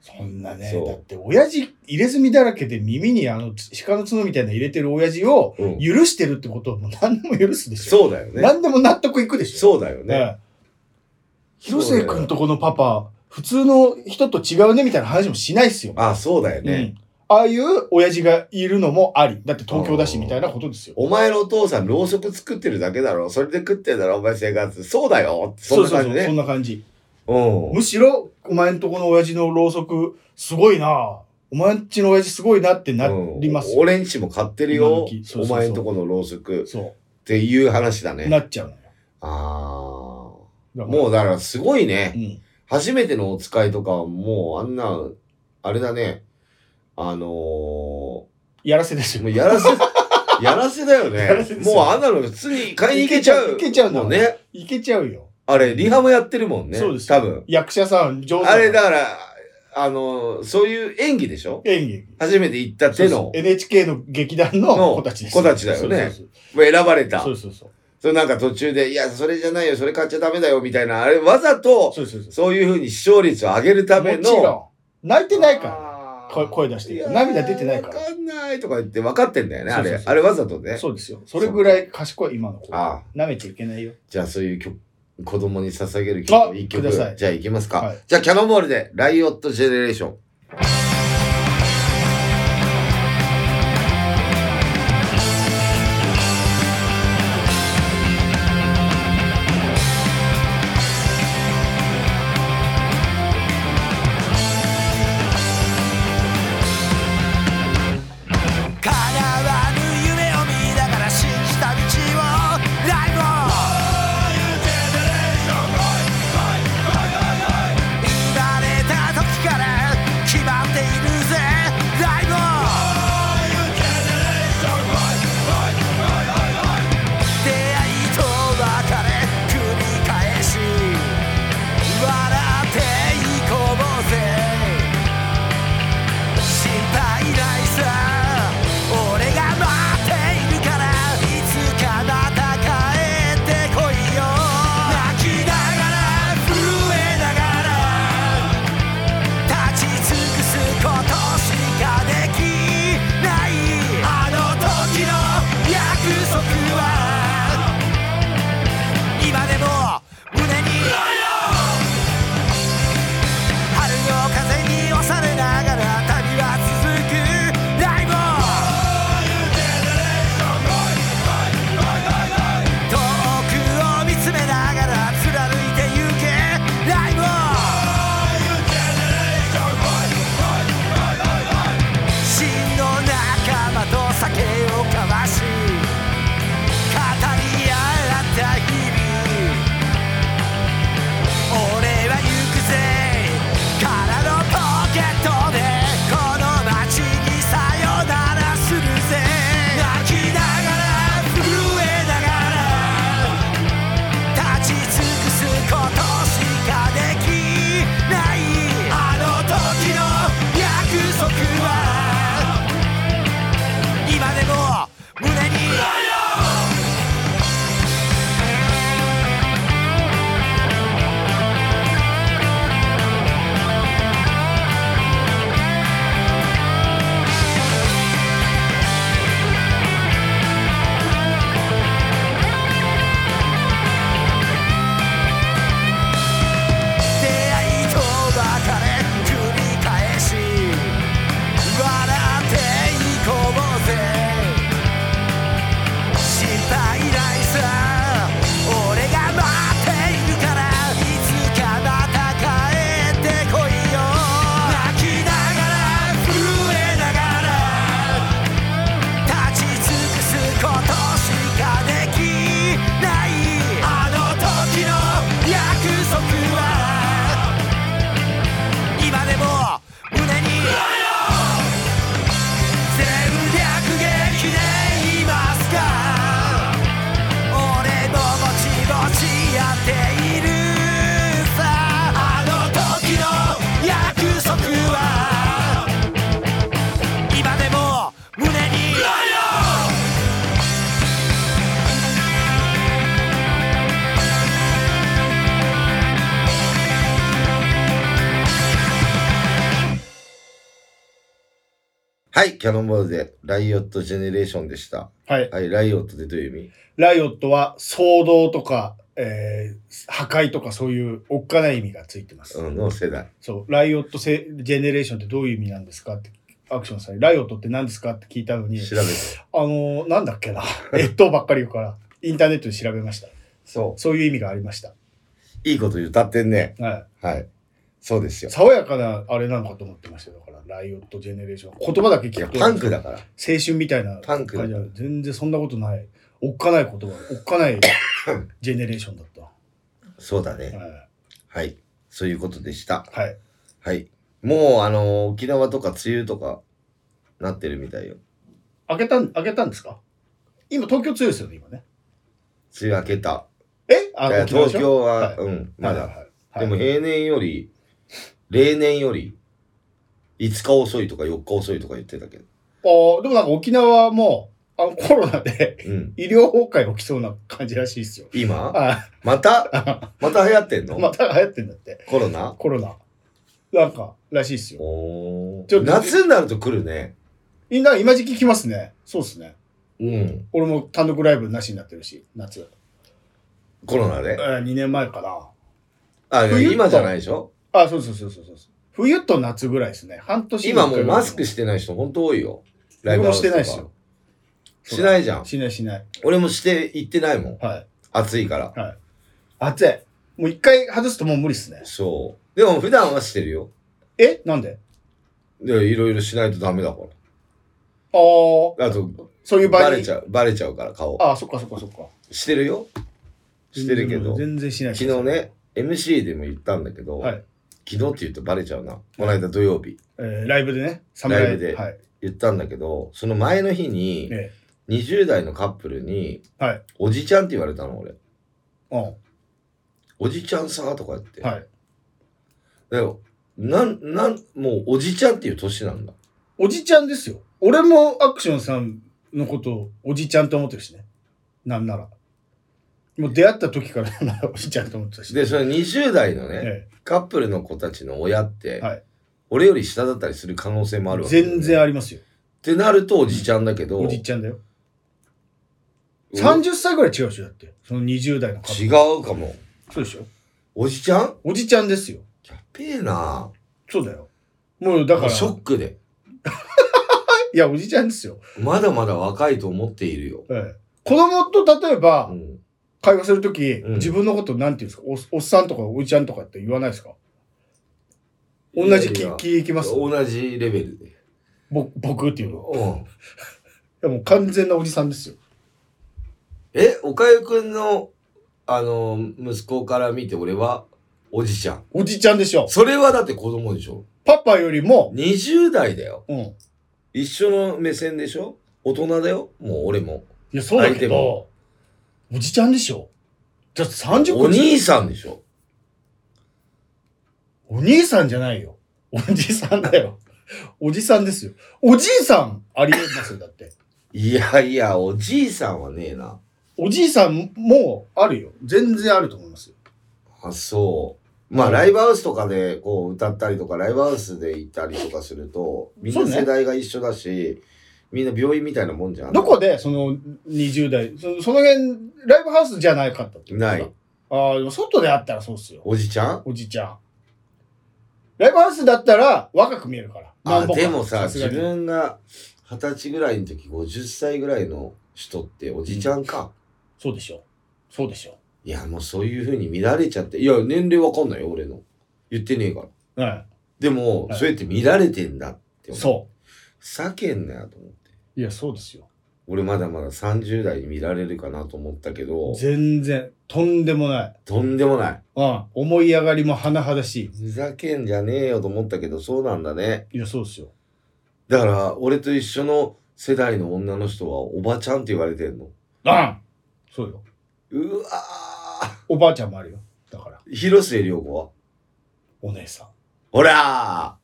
Speaker 2: そんなね
Speaker 1: そう
Speaker 2: だって親父入れ墨だらけで耳にあの鹿の角みたいなの入れてる親父を
Speaker 1: 子供。うん
Speaker 2: 許してるってことはもう何でも許すでしょ
Speaker 1: そうだよね。
Speaker 2: 何でも納得いくでしょ
Speaker 1: そうだよね。
Speaker 2: ね。広末くんとこのパパ、普通の人と違うねみたいな話もしないっすよ。
Speaker 1: あ、そうだよ
Speaker 2: う
Speaker 1: ね。
Speaker 2: ん。ああいう親父がいるのもあり。だって東京だしみたいなことですよ。
Speaker 1: お前のお父さん、ろうそく作ってるだけだろ。それで食ってんだろ、お前生活。そうだよ。そんな感じ
Speaker 2: そうそうそうそん
Speaker 1: ね。
Speaker 2: な感じ。
Speaker 1: うん。
Speaker 2: むしろ、お前んとこの親父のろうそく、すごいなお前んちの親父すごいなってなります
Speaker 1: うん
Speaker 2: よ。
Speaker 1: 俺んちも買ってる
Speaker 2: 今
Speaker 1: よ
Speaker 2: の木そうそうそう
Speaker 1: お前んとこのろうそく
Speaker 2: そ
Speaker 1: っていう話だ
Speaker 2: う。
Speaker 1: ね
Speaker 2: なっちゃうのよ
Speaker 1: ああ
Speaker 2: だから。
Speaker 1: もうだからすごいうね
Speaker 2: ん。
Speaker 1: 初めてのお使いとかはもうあんなあれだねあのー、も
Speaker 2: やらせですよ。
Speaker 1: うやら せやらせだよ
Speaker 2: やらせ
Speaker 1: ね
Speaker 2: ですよ
Speaker 1: もうあんなの普通に買いに行けちゃう
Speaker 2: 行けちゃう
Speaker 1: も
Speaker 2: の
Speaker 1: んね
Speaker 2: いけちゃうよ。
Speaker 1: あれリハもやってるもんね
Speaker 2: そうですよ
Speaker 1: 多分
Speaker 2: 役者さん、上手
Speaker 1: あれだからあのーそういう演技でしょ
Speaker 2: 演技。
Speaker 1: 初めて行った手
Speaker 2: そうそ
Speaker 1: の
Speaker 2: う NHK の劇団の
Speaker 1: の
Speaker 2: 子たちです。
Speaker 1: 子たちだよね
Speaker 2: そう
Speaker 1: 選ばれた
Speaker 2: そうそう。そうそうそう。
Speaker 1: それなんか途中で、いや、それじゃないよ、それ買っちゃダメだよ、みたいな、あれ、わざと、
Speaker 2: そうそうそう。
Speaker 1: そういうふうに視聴率を上げるため
Speaker 2: もちろ
Speaker 1: の、
Speaker 2: ん。泣いてないか
Speaker 1: あー
Speaker 2: 声声出してる
Speaker 1: いやー
Speaker 2: 涙出てないから
Speaker 1: わかんないとか言って分かってんだよね、あ
Speaker 2: そう
Speaker 1: れ
Speaker 2: そう。そう
Speaker 1: あれわざと
Speaker 2: ら。
Speaker 1: ね。
Speaker 2: そうですよ。それぐらい賢い今の子。
Speaker 1: ああ、
Speaker 2: 舐めちゃいけないよ。
Speaker 1: じゃあそういう曲、子供に捧げる
Speaker 2: あ
Speaker 1: 曲、一曲
Speaker 2: ください、
Speaker 1: じゃあ行きますか。
Speaker 2: はい
Speaker 1: じゃあ、キャノンボールで、ライオットジェネレーション。
Speaker 4: 叶わぬ夢を見ながら信じた道をライブを生まれた時から今でも胸に出会いと別れ繰り返し笑っていこうぜ心配ないさ俺が待っているからいつかまた帰ってこいよ泣きながら震えながら立ち尽くすことしかできないあの時の約束は今でも胸に全略撃でいますか俺もぼちぼちやっているさあの時の約束は今でも胸に
Speaker 1: はい、キャノンボールで、ライオットジェネレーションでした。
Speaker 2: はい。
Speaker 1: はい、ライオットでどういう意味
Speaker 2: ライオットは騒動とか、えー破壊とかそういうおっかない意味がついてます。
Speaker 1: うん、の世代。
Speaker 2: そう、ライオットせジェネレーションってどういう意味なんですかって、アクションさんに、ライオットって何ですかって聞いたのに、
Speaker 1: 調べて。
Speaker 2: あのーなんだっけな、 越冬ばっかり言うから、インターネットで調べました。
Speaker 1: そ
Speaker 2: そういう意味がありました。
Speaker 1: う。いいこと歌ってんね。
Speaker 2: は
Speaker 1: はい。そうです
Speaker 2: い。
Speaker 1: よ。
Speaker 2: 爽やかなあれなのかと思ってましたよだから、ライオットジェネレーション。言葉だけ
Speaker 1: い
Speaker 2: 聞
Speaker 1: や、
Speaker 2: くと、
Speaker 1: パンクだから。
Speaker 2: 青春みたいな
Speaker 1: パンクだ
Speaker 2: 感じは全然そんなことない。おっかない言葉、おっ かないジェネレーションだった。
Speaker 1: そうだね。
Speaker 2: はい
Speaker 1: はい。そういうことでした。
Speaker 2: はい。
Speaker 1: はい。もう、あの、沖縄とか梅雨とか、なってるみたいよ。
Speaker 2: 開けたん、開けたんですか今、東京強いですよね、今ね。
Speaker 1: 梅雨明けた。
Speaker 2: えあ
Speaker 1: いや
Speaker 2: 沖縄で
Speaker 1: 東
Speaker 2: しょ
Speaker 1: 京は、
Speaker 2: はい
Speaker 1: うん、まだ。
Speaker 2: はいはいはい
Speaker 1: でも平年より、例年より、5日遅いとか4日遅いとか言ってたけど。
Speaker 2: ああ、でもなんか沖縄も、あのコロナで
Speaker 1: うん。
Speaker 2: 医療崩壊起きそうな感じらしいですよ。
Speaker 1: 今
Speaker 2: あ
Speaker 1: また
Speaker 2: あ、
Speaker 1: また流行ってんの、
Speaker 2: また流行ってんだって。
Speaker 1: コロナ
Speaker 2: コロナ。なんか、らしいですよ。
Speaker 1: おー
Speaker 2: ちょっと
Speaker 1: 夏になると来るね。
Speaker 2: みんな今時期来ますね。そうですね。
Speaker 1: うん。
Speaker 2: 俺も単独ライブなしになってるし、夏。
Speaker 1: コロナ
Speaker 2: え
Speaker 1: で。
Speaker 2: ー、2年前かな。
Speaker 1: あ、いや
Speaker 2: 冬と
Speaker 1: 今じゃないでしょ
Speaker 2: あ、そうそうそうそうそう。冬と夏ぐらいですね。半年に一
Speaker 1: 今
Speaker 2: 回
Speaker 1: もうマスクしてない人本当多いよ。ライブハウスとか
Speaker 2: 僕もしてないっ
Speaker 1: してないじゃん。
Speaker 2: しないしない。
Speaker 1: 俺もして行ってないもん。
Speaker 2: はい。
Speaker 1: 暑いから。
Speaker 2: 暑い。もう一回外すともう無理っすね。
Speaker 1: そう。でも普段はしてるよ。
Speaker 2: えなんで
Speaker 1: で、いろいろしないとダメだか
Speaker 2: ああ、
Speaker 1: ら。あと、
Speaker 2: そういう場合
Speaker 1: バ
Speaker 2: に。
Speaker 1: レちゃう、バレちゃうから顔。
Speaker 2: ああ、そっかそっかそっか。
Speaker 1: してるよ。してるけど。
Speaker 2: 全然しない
Speaker 1: 昨日ね、MC でも言ったんだけど、
Speaker 2: はい
Speaker 1: 昨日って言うとバレちゃうな。この間土曜日
Speaker 2: えーライブでね、
Speaker 1: ライブで
Speaker 2: はい。
Speaker 1: 言ったんだけど、その前の日に、
Speaker 2: え
Speaker 1: 20代のカップルに、
Speaker 2: えはい。
Speaker 1: おじちゃんって言われたの、俺。
Speaker 2: うん。
Speaker 1: おじちゃんさとか言って。
Speaker 2: はい。
Speaker 1: だよなん、なん、もうおじちゃんっていう年なんだ。
Speaker 2: おじちゃんですよ。俺もアクションさんのことをおじちゃんと思ってるしね。なんなら。もう出会った時からなんならおじちゃんと思ってたし、
Speaker 1: で、その20代のね、
Speaker 2: え
Speaker 1: カップルの子たちの親って、
Speaker 2: はい
Speaker 1: 俺より下だったりする可能性もあ
Speaker 2: え
Speaker 1: るわけだよね、
Speaker 2: 全然ありますよ。
Speaker 1: ってなるとおじちゃんだけど、
Speaker 2: おじちゃんだよ。
Speaker 1: うん
Speaker 2: 30歳ぐらい違うでしょ、だって。その20代のカップ
Speaker 1: 違
Speaker 2: ル
Speaker 1: うかも。
Speaker 2: そうでしょ。
Speaker 1: おじちゃん
Speaker 2: おじちゃんですよ。
Speaker 1: やっべえな
Speaker 2: そうだよ。もうだから、
Speaker 1: ショ
Speaker 2: い
Speaker 1: ックで。
Speaker 2: や、おじちゃんですよ。
Speaker 1: まだまだ若いと思っているよ。
Speaker 2: ええ子供と例えば、
Speaker 1: うん、
Speaker 2: 会話するとき、
Speaker 1: ん
Speaker 2: 自分のことなんていうんですかおおっさんとかおじちゃんとかって言わないですか同じ
Speaker 1: い
Speaker 2: 気
Speaker 1: やいや
Speaker 2: 気いきます
Speaker 1: 同じレベルで。
Speaker 2: ぼ僕っていうのは
Speaker 1: うん
Speaker 2: いやもう完全なおじさんですよ
Speaker 1: え、おかゆくんの、あの、息子から見て俺は、おじちゃん。
Speaker 2: おじちゃんでしょ
Speaker 1: それはだって子供でしょ
Speaker 2: パパよりも、
Speaker 1: ?20 代だよ。
Speaker 2: うん、い
Speaker 1: 一緒の目線でしょ大人だよもう俺も。
Speaker 2: やそうだ
Speaker 1: 相
Speaker 2: け
Speaker 1: 手も
Speaker 2: どおじちゃんでしょだって30個
Speaker 1: お兄さんでしょ
Speaker 2: お兄さんじゃないよおじさんだよおじさんですよ。おじいさんありえますよ、だって。
Speaker 1: いやいや、おじいさんはねえな。
Speaker 2: おじいさんもあるよ。全然あると思いますよ。
Speaker 1: あ、そう。まあ、
Speaker 2: うん
Speaker 1: ライブハウスとかでこう歌ったりとか、ライブハウスで行ったりとかすると、みん
Speaker 2: そ
Speaker 1: な
Speaker 2: うね
Speaker 1: 世代が一緒だし、みんな病院みたいなもんじゃん。
Speaker 2: どこで、その20代、そその辺、ライブハウスじゃないかったってことだ
Speaker 1: ない。
Speaker 2: ああ、でも外であったらそうっすよ。
Speaker 1: おじちゃん
Speaker 2: おじちゃん。ライブハウスだったら若く見えるから。な
Speaker 1: あ、
Speaker 2: んぼか
Speaker 1: でもさ、
Speaker 2: す
Speaker 1: 自
Speaker 2: がに
Speaker 1: 分が二十歳ぐらいの時、50歳ぐらいの人っておじちゃんか。
Speaker 2: そうでしょ。そうでしょ。
Speaker 1: いや、もうそういう風に見られちゃって。いや、年齢わかんないよ、俺の。言ってねえから。
Speaker 2: は
Speaker 1: でも、
Speaker 2: はい
Speaker 1: そうやって見られてんだって
Speaker 2: い。
Speaker 1: 思う。
Speaker 2: そ
Speaker 1: 避けんなよと思って。
Speaker 2: う。いや、そうですよ。
Speaker 1: 俺まだまだ30代に見られるかなと思ったけど、
Speaker 2: 全然、とんでもない。
Speaker 1: とんでもない。
Speaker 2: うん。思い上がりも甚だし
Speaker 1: ふざけんじゃねえよと思ったけど、そうなんだね。
Speaker 2: い。いや、そうですよ。
Speaker 1: だから、俺と一緒の世代の女の人は、おばちゃんって言われてんの。
Speaker 2: うん。そうよ。
Speaker 1: うわ
Speaker 2: おばあちゃんもあるよ。だから、
Speaker 1: ー広末涼子は
Speaker 2: お姉さん。
Speaker 1: ほら
Speaker 2: だ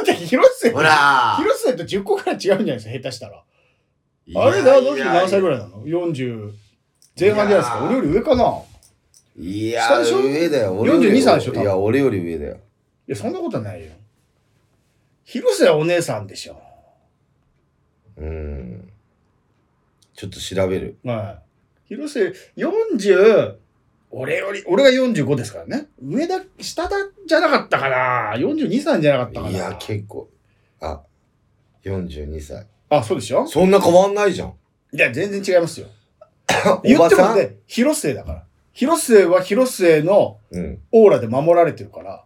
Speaker 2: って広末
Speaker 1: ーほらー
Speaker 2: 広末と10個くらい違うんじゃないですか、下手したら。
Speaker 1: いや
Speaker 2: あれだ、あの人何歳ぐ
Speaker 1: い
Speaker 2: らいなの ?40 前半じゃないです
Speaker 1: い
Speaker 2: か。
Speaker 1: や
Speaker 2: 俺より上かない
Speaker 1: や
Speaker 2: 下でしょ
Speaker 1: 上だよ。俺より
Speaker 2: 42歳でしょ多分
Speaker 1: いや、俺より上だよ。
Speaker 2: いや、そんなことないよ。広瀬はお姉さんでしょ。
Speaker 1: うん。ちょっと調べる。
Speaker 2: はい。広瀬、40、俺より、俺が45ですからね。上だ、下だ、じゃなかったかな。42歳じゃなかったかな。
Speaker 1: いや、結構。あ、42歳。
Speaker 2: あ、そうでしょ
Speaker 1: そんな変わんないじゃん。
Speaker 2: いや、全然違いますよ。
Speaker 1: お
Speaker 2: 言
Speaker 1: ば
Speaker 2: って
Speaker 1: さ
Speaker 2: も
Speaker 1: ん
Speaker 2: ね、広末だから。広末は広末の
Speaker 1: うん。
Speaker 2: オーラで守られてるから、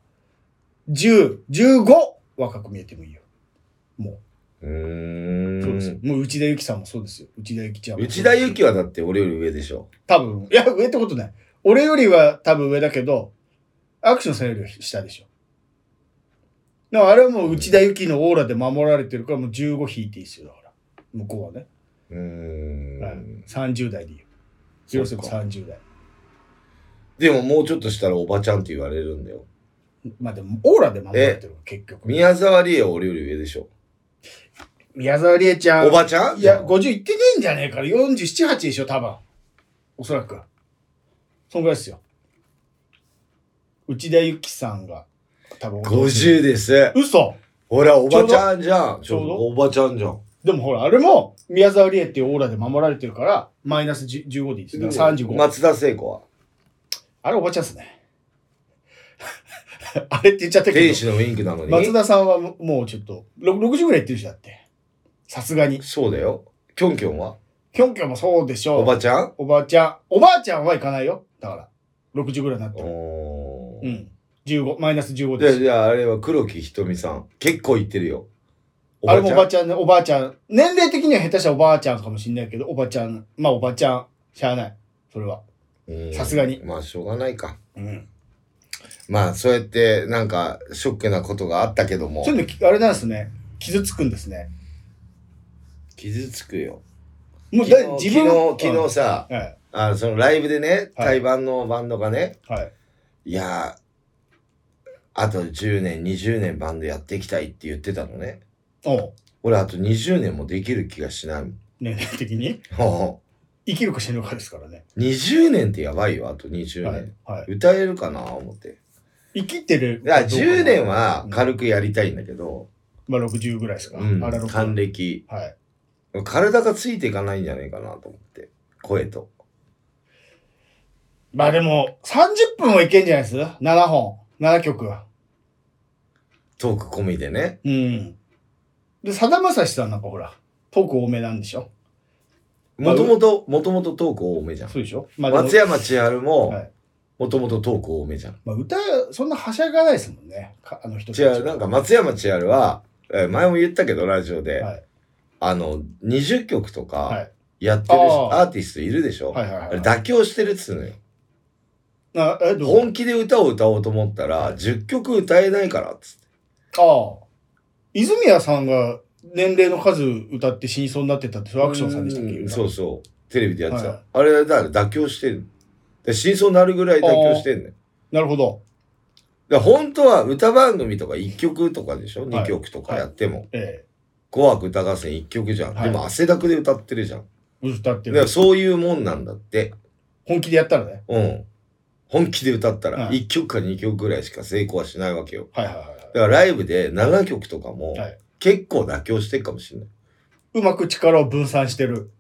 Speaker 2: 10、15、若く見えてもいいよ。
Speaker 1: うーん。
Speaker 2: そうですよ。もう内田有紀さんもそうですよ。内田有紀ちゃんもそうです
Speaker 1: 内
Speaker 2: よ。
Speaker 1: 田有紀はだって俺より上でしょ。
Speaker 2: 多分、いや、上ってことない。俺よりは多分上だけど、アクションさんよりは下でしょ。だからあれはもう内田有紀のオーラで守られてるから、もう15引いていいですよ、だから。向こうはね。
Speaker 1: うーん。
Speaker 2: はい、30代でいいよ。広瀬も
Speaker 1: そっか
Speaker 2: 30代。
Speaker 1: でももうちょっとしたらおばちゃんって言われるんだよ。
Speaker 2: まあでも、オーラで守られてるから結局。
Speaker 1: 宮沢りえは俺より上でしょ。
Speaker 2: 宮沢りえちゃん。
Speaker 1: おばちゃん
Speaker 2: いや、50いってねえんじゃねえから、47、8でしょ、多分。おそらく。そんぐらいですよ。内田有紀さんが、多分。
Speaker 1: 50です。
Speaker 2: 嘘
Speaker 1: ほら、おばちゃんじゃん。
Speaker 2: ちょうど
Speaker 1: ちょおばちゃんじゃん。
Speaker 2: でもほら、あれも、宮沢りえっていうオーラで守られてるから、マイナス10 15でいいですね。35。
Speaker 1: 松田聖子は。
Speaker 2: あれおばちゃんっすね。 あれって言っちゃったけ
Speaker 1: 天
Speaker 2: ど、
Speaker 1: 使のウィンクなのに。
Speaker 2: 松田さんはもうもうちょっと、ろ60ぐらいいってるしだって。さすがに。
Speaker 1: そうだよ。キョンキョンは
Speaker 2: きょんきょんもそうでしょう。
Speaker 1: おばちゃん
Speaker 2: おばあちゃん。おばあちゃんはいかないよ。だから、60ぐらいになってる。
Speaker 1: お
Speaker 2: う
Speaker 1: ー。
Speaker 2: ん。15、マイナス15
Speaker 1: じゃ
Speaker 2: で
Speaker 1: あ、
Speaker 2: す。
Speaker 1: じゃああれは黒木ひとみさん。結構言ってるよ。お
Speaker 2: あれ
Speaker 1: ばち
Speaker 2: も
Speaker 1: ゃ
Speaker 2: おば
Speaker 1: ん。
Speaker 2: ちゃんね、おばあちゃん。年齢的には下手したらおばあちゃんかもしんないけど、おばちゃん、まあおばちゃん、しゃあない。それは。
Speaker 1: うん
Speaker 2: さすがに
Speaker 1: まあ、しょうがないか。
Speaker 2: うん。
Speaker 1: まあ、そうやって、なんか、ショックなことがあったけども
Speaker 2: そう。いうのき、あれなんですね。傷つくんですね。
Speaker 1: 傷つくよ。
Speaker 2: もう
Speaker 1: 昨
Speaker 2: だ
Speaker 1: 日、
Speaker 2: 自分
Speaker 1: 昨日、昨日さ、
Speaker 2: うんはい。
Speaker 1: あそのライブでね、
Speaker 2: はい
Speaker 1: 対バンのバンドがね、
Speaker 2: はい。
Speaker 1: いやー、あと10年、20年バンドやっていきたいって言ってたのね。
Speaker 2: おう
Speaker 1: 俺、あと20年もできる気がしない もん。
Speaker 2: 年齢的に。
Speaker 1: も
Speaker 2: 生きるか死ぬかですからね。
Speaker 1: う20年ってやばいよ、あと20年。
Speaker 2: はい。はい。
Speaker 1: 歌えるかな思って。
Speaker 2: 生きてる
Speaker 1: いや、
Speaker 2: どうかな
Speaker 1: 10年は軽くやりたいんだけど、
Speaker 2: まあ60ぐらいですか。
Speaker 1: うん
Speaker 2: あら、60
Speaker 1: 還暦。
Speaker 2: はい。
Speaker 1: 体がついていかないんじゃないかなと思って。声と。
Speaker 2: まあでも、30分はいけんじゃないです ?7 本。7曲。
Speaker 1: トーク込みでね。
Speaker 2: うん。で、さだまさしさんなんかほら、トーク多めなんでしょまあ
Speaker 1: もともと、もともとトーク多めじゃん。
Speaker 2: そうでしょまあでも
Speaker 1: 松山千春も
Speaker 2: はい、
Speaker 1: もともとトーク多めじゃん。
Speaker 2: まあ歌、そんなはしゃがないですもんね。かあの人たち
Speaker 1: 違う、なんか松山千春は、えー前も言ったけど、ラジオで、
Speaker 2: はい
Speaker 1: あの、20曲と
Speaker 2: は
Speaker 1: か
Speaker 2: い、
Speaker 1: やってるし
Speaker 2: あー
Speaker 1: アーティストいるでしょ、
Speaker 2: はいはい
Speaker 1: あ
Speaker 2: は
Speaker 1: れ
Speaker 2: い。
Speaker 1: 妥協してるっつうのよ。
Speaker 2: あえどう
Speaker 1: 本気で歌を歌おうと思ったら、10曲歌えないからっつって。
Speaker 2: ああ。泉谷さんが年齢の数歌って死にそうになってたって、それアクションさんでしたっ
Speaker 1: う
Speaker 2: け
Speaker 1: んそうそう。テレビでやってた。
Speaker 2: はい
Speaker 1: あれ、だから妥協してる。で死にそうになるぐらい妥協してんね
Speaker 2: なるほど。
Speaker 1: だから本当は歌番組とか1曲とかでしょ、
Speaker 2: い
Speaker 1: 二 ?2 曲とかやっても。
Speaker 2: え
Speaker 1: 紅白歌合戦1曲じゃん。
Speaker 2: は
Speaker 1: で
Speaker 2: い
Speaker 1: も汗だくで歌ってるじゃん。
Speaker 2: え、歌って
Speaker 1: だから
Speaker 2: る。
Speaker 1: そういうもんなんだって。
Speaker 2: 本気でやったらね。
Speaker 1: うん。本気で歌ったら
Speaker 2: はい
Speaker 1: 1曲か2曲ぐらいしか成功はしないわけよ。
Speaker 2: はいはいはい
Speaker 1: だからライブで7曲とかも
Speaker 2: はい
Speaker 1: 結構妥協してるかもしれない。
Speaker 2: うまく力を分散してる。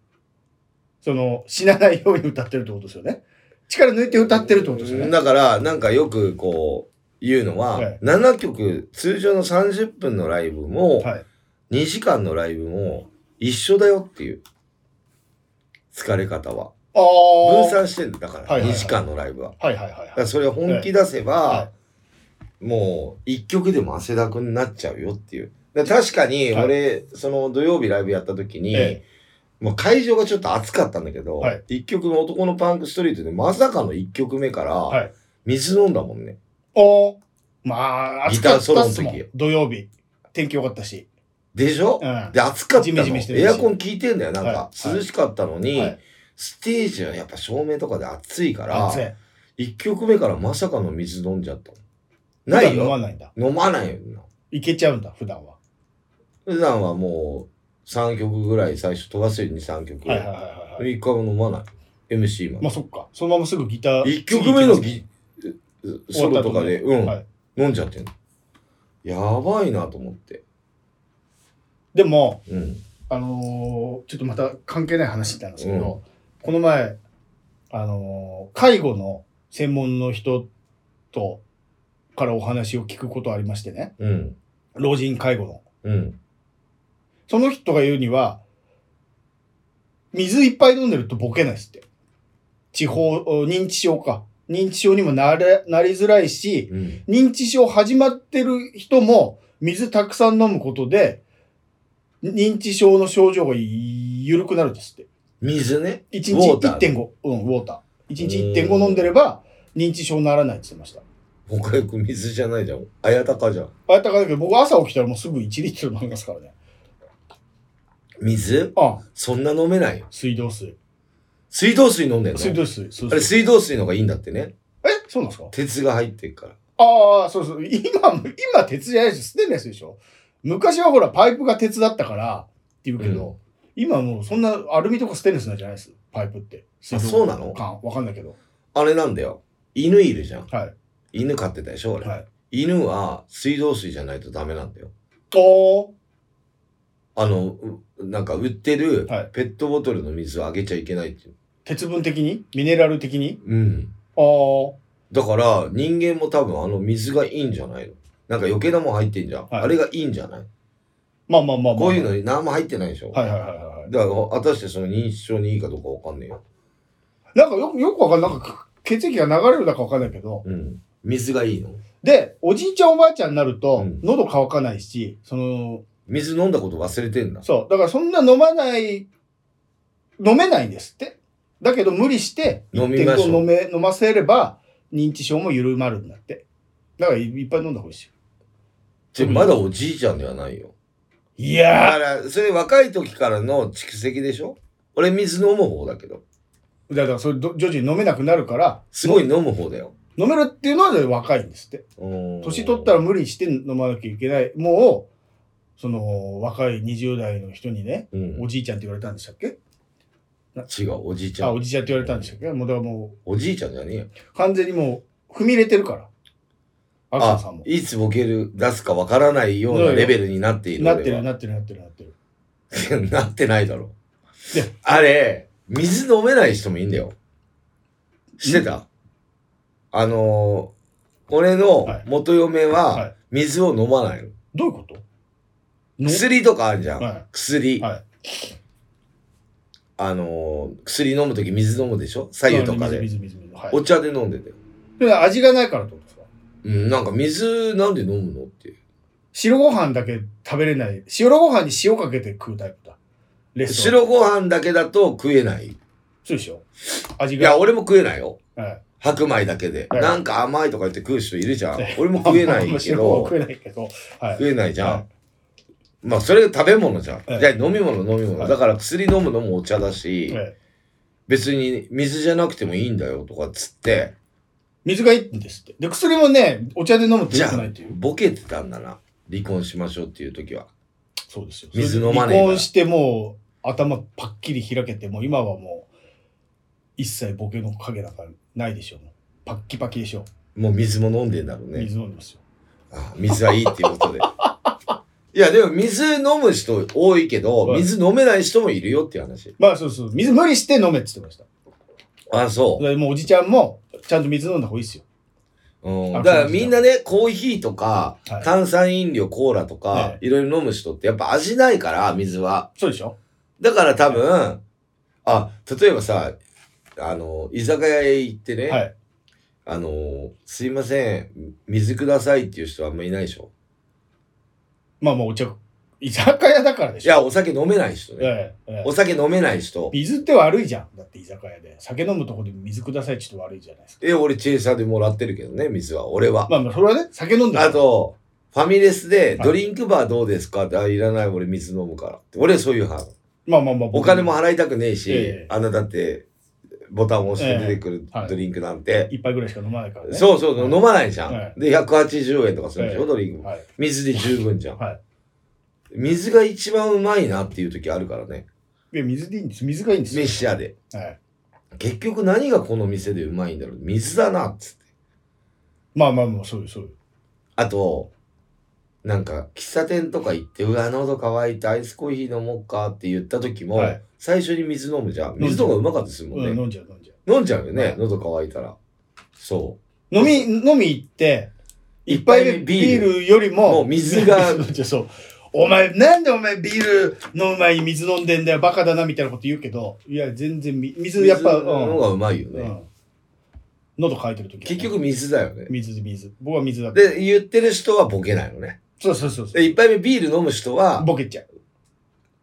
Speaker 2: その、死なないように歌ってるってことですよね。力抜いて歌ってるってことですよね。
Speaker 1: だからなんかよくこう言うのは、
Speaker 2: はい
Speaker 1: 7曲通常の30分のライブも
Speaker 2: はい。
Speaker 1: 2時間のライブも一緒だよっていう疲れ方は。
Speaker 2: ああ。
Speaker 1: 分散してんだだか
Speaker 2: はい
Speaker 1: ら
Speaker 2: はい
Speaker 1: 2
Speaker 2: はい
Speaker 1: 時間のライブは。
Speaker 2: はいはいはい
Speaker 1: だか
Speaker 2: は
Speaker 1: ら
Speaker 2: い。
Speaker 1: それ本気出せば
Speaker 2: は
Speaker 1: もう1曲でも汗だくになっちゃうよっていう。だから確かに俺、その土曜日ライブやった時に、
Speaker 2: え
Speaker 1: まあ、会場がちょっと暑かったんだけど、
Speaker 2: はい
Speaker 1: 一1曲目「男のパンクストリート」でまさかの1曲目か
Speaker 2: はい
Speaker 1: ら水飲んだもんね、
Speaker 2: え。おまあ、暑かったっす
Speaker 1: ギ
Speaker 2: も
Speaker 1: ターソロの
Speaker 2: ん
Speaker 1: 時。
Speaker 2: 土曜日。天気良かったし。
Speaker 1: でしょ、
Speaker 2: うん
Speaker 1: で暑かった
Speaker 2: ジ
Speaker 1: の
Speaker 2: メジメしてるし
Speaker 1: エアコン効いてんだよなんか
Speaker 2: は、いはい
Speaker 1: 涼しかったのに、
Speaker 2: はい
Speaker 1: ステージはやっぱ照明とかで暑いから
Speaker 2: 暑い。
Speaker 1: 1曲目からまさかの水飲んじゃったのない
Speaker 2: 普段飲ま
Speaker 1: よ
Speaker 2: ないんだ。
Speaker 1: 飲まないよ
Speaker 2: いけちゃうんだ、普段は。
Speaker 1: 普段はもう3曲ぐらい最初飛ばすように3曲、
Speaker 2: はいはいはいはいはい。
Speaker 1: 1回も飲まない MC まで
Speaker 2: まあそっか。そのまますぐギター。
Speaker 1: 1曲目の
Speaker 2: 次行
Speaker 1: ギ
Speaker 2: きます
Speaker 1: ソロとかで、
Speaker 2: 終わ
Speaker 1: う
Speaker 2: っ
Speaker 1: ん、
Speaker 2: た後ねはい
Speaker 1: 飲んじゃってんの。やばいなと思って。
Speaker 2: でも、
Speaker 1: うん。
Speaker 2: あのーちょっとまた関係ない話なんですけど、この前、あのー介護の専門の人と、からお話を聞くことありましてね。
Speaker 1: うん。
Speaker 2: 老人介護の。
Speaker 1: うん。
Speaker 2: その人が言うには、水いっぱい飲んでるとボケないっすって。地方、認知症か。認知症にもなれ、なりづらいし、
Speaker 1: うん。
Speaker 2: 認知症始まってる人も水たくさん飲むことで、認知症の症状が緩くなるんですって。
Speaker 1: 水ね。
Speaker 2: 1日
Speaker 1: ウォーター
Speaker 2: 1.5、うん、ウォーター。1日1.5飲んでれば、認知症にならないって言ってました。
Speaker 1: 他よく水じゃないじゃん。あやたかじゃん。
Speaker 2: あやったかだけど、僕朝起きたらもうすぐ1リットル飲みますからね。
Speaker 1: 水
Speaker 2: あ
Speaker 1: そんな飲めないよ。
Speaker 2: 水道水。
Speaker 1: 水道水飲んでんの
Speaker 2: 水道水。そう
Speaker 1: あ
Speaker 2: そう
Speaker 1: れ水道水の方がいいんだってね。
Speaker 2: えそうなんですか
Speaker 1: 鉄が入ってるから。
Speaker 2: ああ、そうそう。今、今、鉄じゃないし、ステンレスでしょ昔はほら、パイプが鉄だったからって言うけど、今もうそんなアルミとかステンレスなんじゃないです。パイプって。
Speaker 1: あそうなの
Speaker 2: かわかんないけど。
Speaker 1: あれなんだよ。犬いるじゃん。
Speaker 2: はい。
Speaker 1: 犬飼ってたでしょ俺、
Speaker 2: はい。
Speaker 1: 犬は水道水じゃないとダメなんだよ。
Speaker 2: おー。
Speaker 1: あの、うなんか売ってる
Speaker 2: はい
Speaker 1: ペットボトルの水をあげちゃいけないっていう。
Speaker 2: 鉄分的にミネラル的に
Speaker 1: うん。
Speaker 2: あー。
Speaker 1: だから人間も多分あの水がいいんじゃないのなんか余計なもん入ってんじゃん、
Speaker 2: はい
Speaker 1: あれがいいんじゃない
Speaker 2: まあまあまあまあ。
Speaker 1: こういうのに何も入ってないでしょ、
Speaker 2: はいはいはいはいはい。
Speaker 1: だから果たしてその認知症にいいかどうかわかんねえよ、
Speaker 2: なんかよく、よくわかんない。なんか血液が流れるだかわかんないけど。
Speaker 1: うん、水がいいの
Speaker 2: で、おじいちゃんおばあちゃんになると、
Speaker 1: うん
Speaker 2: 喉乾かないし、その、
Speaker 1: 水飲んだこと忘れてんだ
Speaker 2: そう。だからそんな飲まない、飲めないんですって。だけど無理して、
Speaker 1: 飲みましょう
Speaker 2: 1.5飲め、飲ませれば、認知症も緩まるんだって。だからいいっぱい飲んだ方がいいですよ。
Speaker 1: ちょまだおじいちゃんではないよ
Speaker 2: い
Speaker 1: だ
Speaker 2: や
Speaker 1: からそれ若い時からの蓄積でしょ俺水飲む方だけど
Speaker 2: ーだからそれど徐々に飲めなくなるから、
Speaker 1: すごい飲む方だよ
Speaker 2: 飲めるっていうのは若いんですって。
Speaker 1: 年
Speaker 2: 年取ったら無理して飲まなきゃいけない。もう、その、若い20代の人にね、
Speaker 1: うん、
Speaker 2: おじいちゃんって言われたんでしたっけ
Speaker 1: 違うおじいちゃ
Speaker 2: あ、
Speaker 1: ん
Speaker 2: おじいちゃんって言われたんでしたっけもうだからも
Speaker 1: おじいちゃんじゃねえよ
Speaker 2: う、完全にもう、踏み入れてるから。アクションさんも。
Speaker 1: いつボケる出すかわからないようなレベルになっている
Speaker 2: なって
Speaker 1: 俺は
Speaker 2: るなってるなってるなってる。
Speaker 1: いや なってないだろ
Speaker 2: いや。
Speaker 1: あれ、水飲めない人もいいんだよ。してたあのー俺の
Speaker 2: はい
Speaker 1: 元嫁
Speaker 2: は
Speaker 1: はい水を飲まないの。
Speaker 2: どういうことの
Speaker 1: 薬とかあるじゃん。
Speaker 2: はい
Speaker 1: 薬。
Speaker 2: はい
Speaker 1: あのー薬飲むとき水飲むでしょ左右とかで。
Speaker 2: 水水水水はい
Speaker 1: お茶で飲んでたよ。
Speaker 2: それは味がないからってことですか
Speaker 1: うん、なんか水なんで飲むのっていう。
Speaker 2: 白ご飯だけ食べれない。白ご飯に塩かけて食うタイプだ。レストラン。
Speaker 1: 白ご飯だけだと食えない。い
Speaker 2: そうでしょ味が。
Speaker 1: や、俺も食えないよ。
Speaker 2: はい
Speaker 1: 白米だけで。
Speaker 2: はい
Speaker 1: なんか甘いとか言って食う人いるじゃん
Speaker 2: はい。
Speaker 1: 俺も食えな
Speaker 2: あん
Speaker 1: い
Speaker 2: ま
Speaker 1: け
Speaker 2: 白ご飯
Speaker 1: ど
Speaker 2: 食。えないけど。はい。
Speaker 1: 食えないじゃん、
Speaker 2: は
Speaker 1: まあそれ食べ物じゃん、
Speaker 2: ええ
Speaker 1: じゃあ飲み物飲み物、
Speaker 2: はい
Speaker 1: だから薬飲むのもお茶だし、
Speaker 2: ええ
Speaker 1: 別に水じゃなくてもいいんだよとかっつって
Speaker 2: 水がいいんですって。で、薬もね、お茶で飲むと
Speaker 1: じ
Speaker 2: 良
Speaker 1: ゃ
Speaker 2: く
Speaker 1: あ
Speaker 2: ないっていう。
Speaker 1: ボケてたんだな離婚しましょうっていう時は
Speaker 2: そうですよ。
Speaker 1: 水飲
Speaker 2: の
Speaker 1: まねえから
Speaker 2: 離婚してもう頭パッキリ開けて、もう今はもう一切ボケの影なんかないでしょう。もうパッキパキでしょ。
Speaker 1: もう水も飲んでんだろうね
Speaker 2: 水飲んでますよ。
Speaker 1: あ水はいいっていうことで いやでも水飲む人多いけど
Speaker 2: はい
Speaker 1: 水飲めない人もいるよっていう話
Speaker 2: まあそうそう。水無理して飲めって言ってました。
Speaker 1: あそ
Speaker 2: でもうおじちゃんもちゃんと水飲んだ方がいいですよ。
Speaker 1: う、うん、
Speaker 2: あ
Speaker 1: だからみんなねコーヒーとか
Speaker 2: はい
Speaker 1: 炭酸飲料コーラとか
Speaker 2: はい
Speaker 1: ろいろ飲む人ってやっぱ味ないから水は
Speaker 2: そうでしょ
Speaker 1: だから多分あ例えばさあの居酒屋へ行ってね、
Speaker 2: はい。
Speaker 1: あのーすいません、水くださいっていう人はあんまいないでしょ。
Speaker 2: まあまあお茶、居酒屋だからで
Speaker 1: い
Speaker 2: しょ。
Speaker 1: や、お酒飲めない人ね。
Speaker 2: ええええ
Speaker 1: お酒飲めない人。
Speaker 2: 水って悪いじゃん。だって居酒屋で。酒飲むとこで水くださいちょっと悪いじゃないですか。
Speaker 1: え、俺、チェイサーでもらってるけどね、水は。俺は。
Speaker 2: まあまあ、それはね、酒飲んだら
Speaker 1: あと、ファミレスで、
Speaker 2: はい
Speaker 1: ドリンクバーどうですかって、あ、いらない、俺水飲むからって。俺はそういう派。
Speaker 2: まあまあまあ、
Speaker 1: お金も
Speaker 2: あ
Speaker 1: 払いたくねえし、
Speaker 2: ええ
Speaker 1: あんなだって、ボタンを押して出てくる
Speaker 2: えはい
Speaker 1: ドリンクなんて。
Speaker 2: 一杯ぐらいしか飲まないからね。
Speaker 1: そうそう、
Speaker 2: はい
Speaker 1: 飲まないじゃん。
Speaker 2: はい
Speaker 1: で、180円とかするでしょ、
Speaker 2: ええ
Speaker 1: ドリンク。
Speaker 2: はい。
Speaker 1: 水で十分じゃん。
Speaker 2: はい
Speaker 1: 水が一番うまいなっていう時あるからね。
Speaker 2: いや、水でいいんです。水がいいんですよ。
Speaker 1: 飯屋で。
Speaker 2: はい。
Speaker 1: 結局何がこの店でうまいんだろう水だなっつって
Speaker 2: まあまあまあ、そうよ、そうよ。
Speaker 1: あとなんか喫茶店とか行って「うわ喉乾いてアイスコーヒー飲もうか」って言った時も、
Speaker 2: はい
Speaker 1: 最初に水飲むじゃん水とかうまかったですもんね、
Speaker 2: うん、飲んじゃう、飲んじゃう。
Speaker 1: 飲んじゃうよね、
Speaker 2: はい
Speaker 1: 喉乾いたらそ
Speaker 2: 飲み、飲み行って、
Speaker 1: 一
Speaker 2: 一
Speaker 1: 杯
Speaker 2: 杯
Speaker 1: 目
Speaker 2: 目
Speaker 1: ビ
Speaker 2: ビ
Speaker 1: ー
Speaker 2: ー
Speaker 1: ル
Speaker 2: ルよりも、
Speaker 1: もう水が
Speaker 2: 飲んじゃう そう。お前、なんでお前ビール飲む前に水飲んでんだよ、バカだな、みたいなこと言うけど、いや、全然み、
Speaker 1: う
Speaker 2: 水、やっぱ、
Speaker 1: 水の方がうまいよ
Speaker 2: うん
Speaker 1: ね、
Speaker 2: うん喉乾いてる時はね
Speaker 1: 結局、水だよね
Speaker 2: 水、水。僕は水だった。
Speaker 1: で言ってる人はボケないのね
Speaker 2: そうそうそうそ
Speaker 1: で
Speaker 2: う。
Speaker 1: 一杯目ビール飲む人は
Speaker 2: ボケちゃう。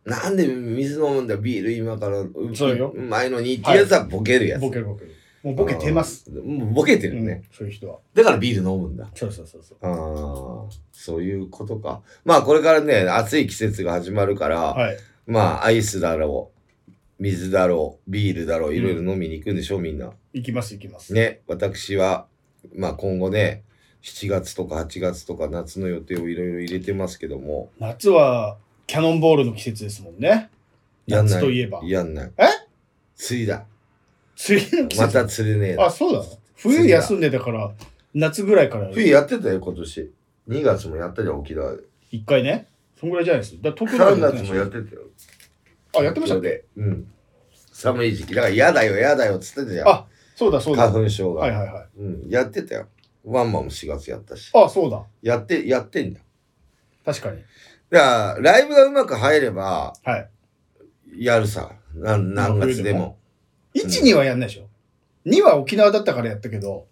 Speaker 1: なんで水飲むんだビール今からう
Speaker 2: そうよ
Speaker 1: うまいのにっていうやつはボケるやつ、
Speaker 2: ボケる、ボケる。もうボケてます。
Speaker 1: もうボケてるね、
Speaker 2: うんそういう人は。
Speaker 1: だからビール飲むんだ
Speaker 2: そうそうそうそう。
Speaker 1: ああ、そういうことか。まあこれからね、暑い季節が始まるから、
Speaker 2: はい。
Speaker 1: まあアイスだろう、水だろう、ビールだろう、いろいろ飲みに行くんでしょ、みんな。
Speaker 2: 行きます、行きます。
Speaker 1: ね、私は、まあ今後ね、7月とか8月とか夏の予定をいろいろ入れてますけども、
Speaker 2: 夏はキャノンボールの季節ですもんね。
Speaker 1: やんない。
Speaker 2: 夏といえば。
Speaker 1: やんない。
Speaker 2: え
Speaker 1: 釣りだ。
Speaker 2: 釣りの季
Speaker 1: ま
Speaker 2: 節。
Speaker 1: た釣れねえ
Speaker 2: あ、
Speaker 1: な。
Speaker 2: そうだ。冬休んでたから、夏ぐらいから
Speaker 1: 冬やってたよ、今年。2月もやったじゃん、沖縄で。
Speaker 2: 一回ね。そんぐらいじゃないです。だから東京
Speaker 1: 3
Speaker 2: でやって
Speaker 1: 月
Speaker 2: ない
Speaker 1: もやってたよ。
Speaker 2: あ、やってましたっけ
Speaker 1: で。うん。寒い時期。だから嫌だよ、嫌だよ、っつってたじゃん。
Speaker 2: あそうだ、そうだ。
Speaker 1: 花
Speaker 2: は
Speaker 1: 粉症が、
Speaker 2: いはいはい。
Speaker 1: うん、やってたよワンマンも4月やったし
Speaker 2: あ、そうだ。
Speaker 1: やってやってんだよ
Speaker 2: 確かに。
Speaker 1: だからライブがうまく入れば
Speaker 2: はい。
Speaker 1: やるさなん何月でも
Speaker 2: 1、2はやんないでしょ。2は沖縄だったからやったけど。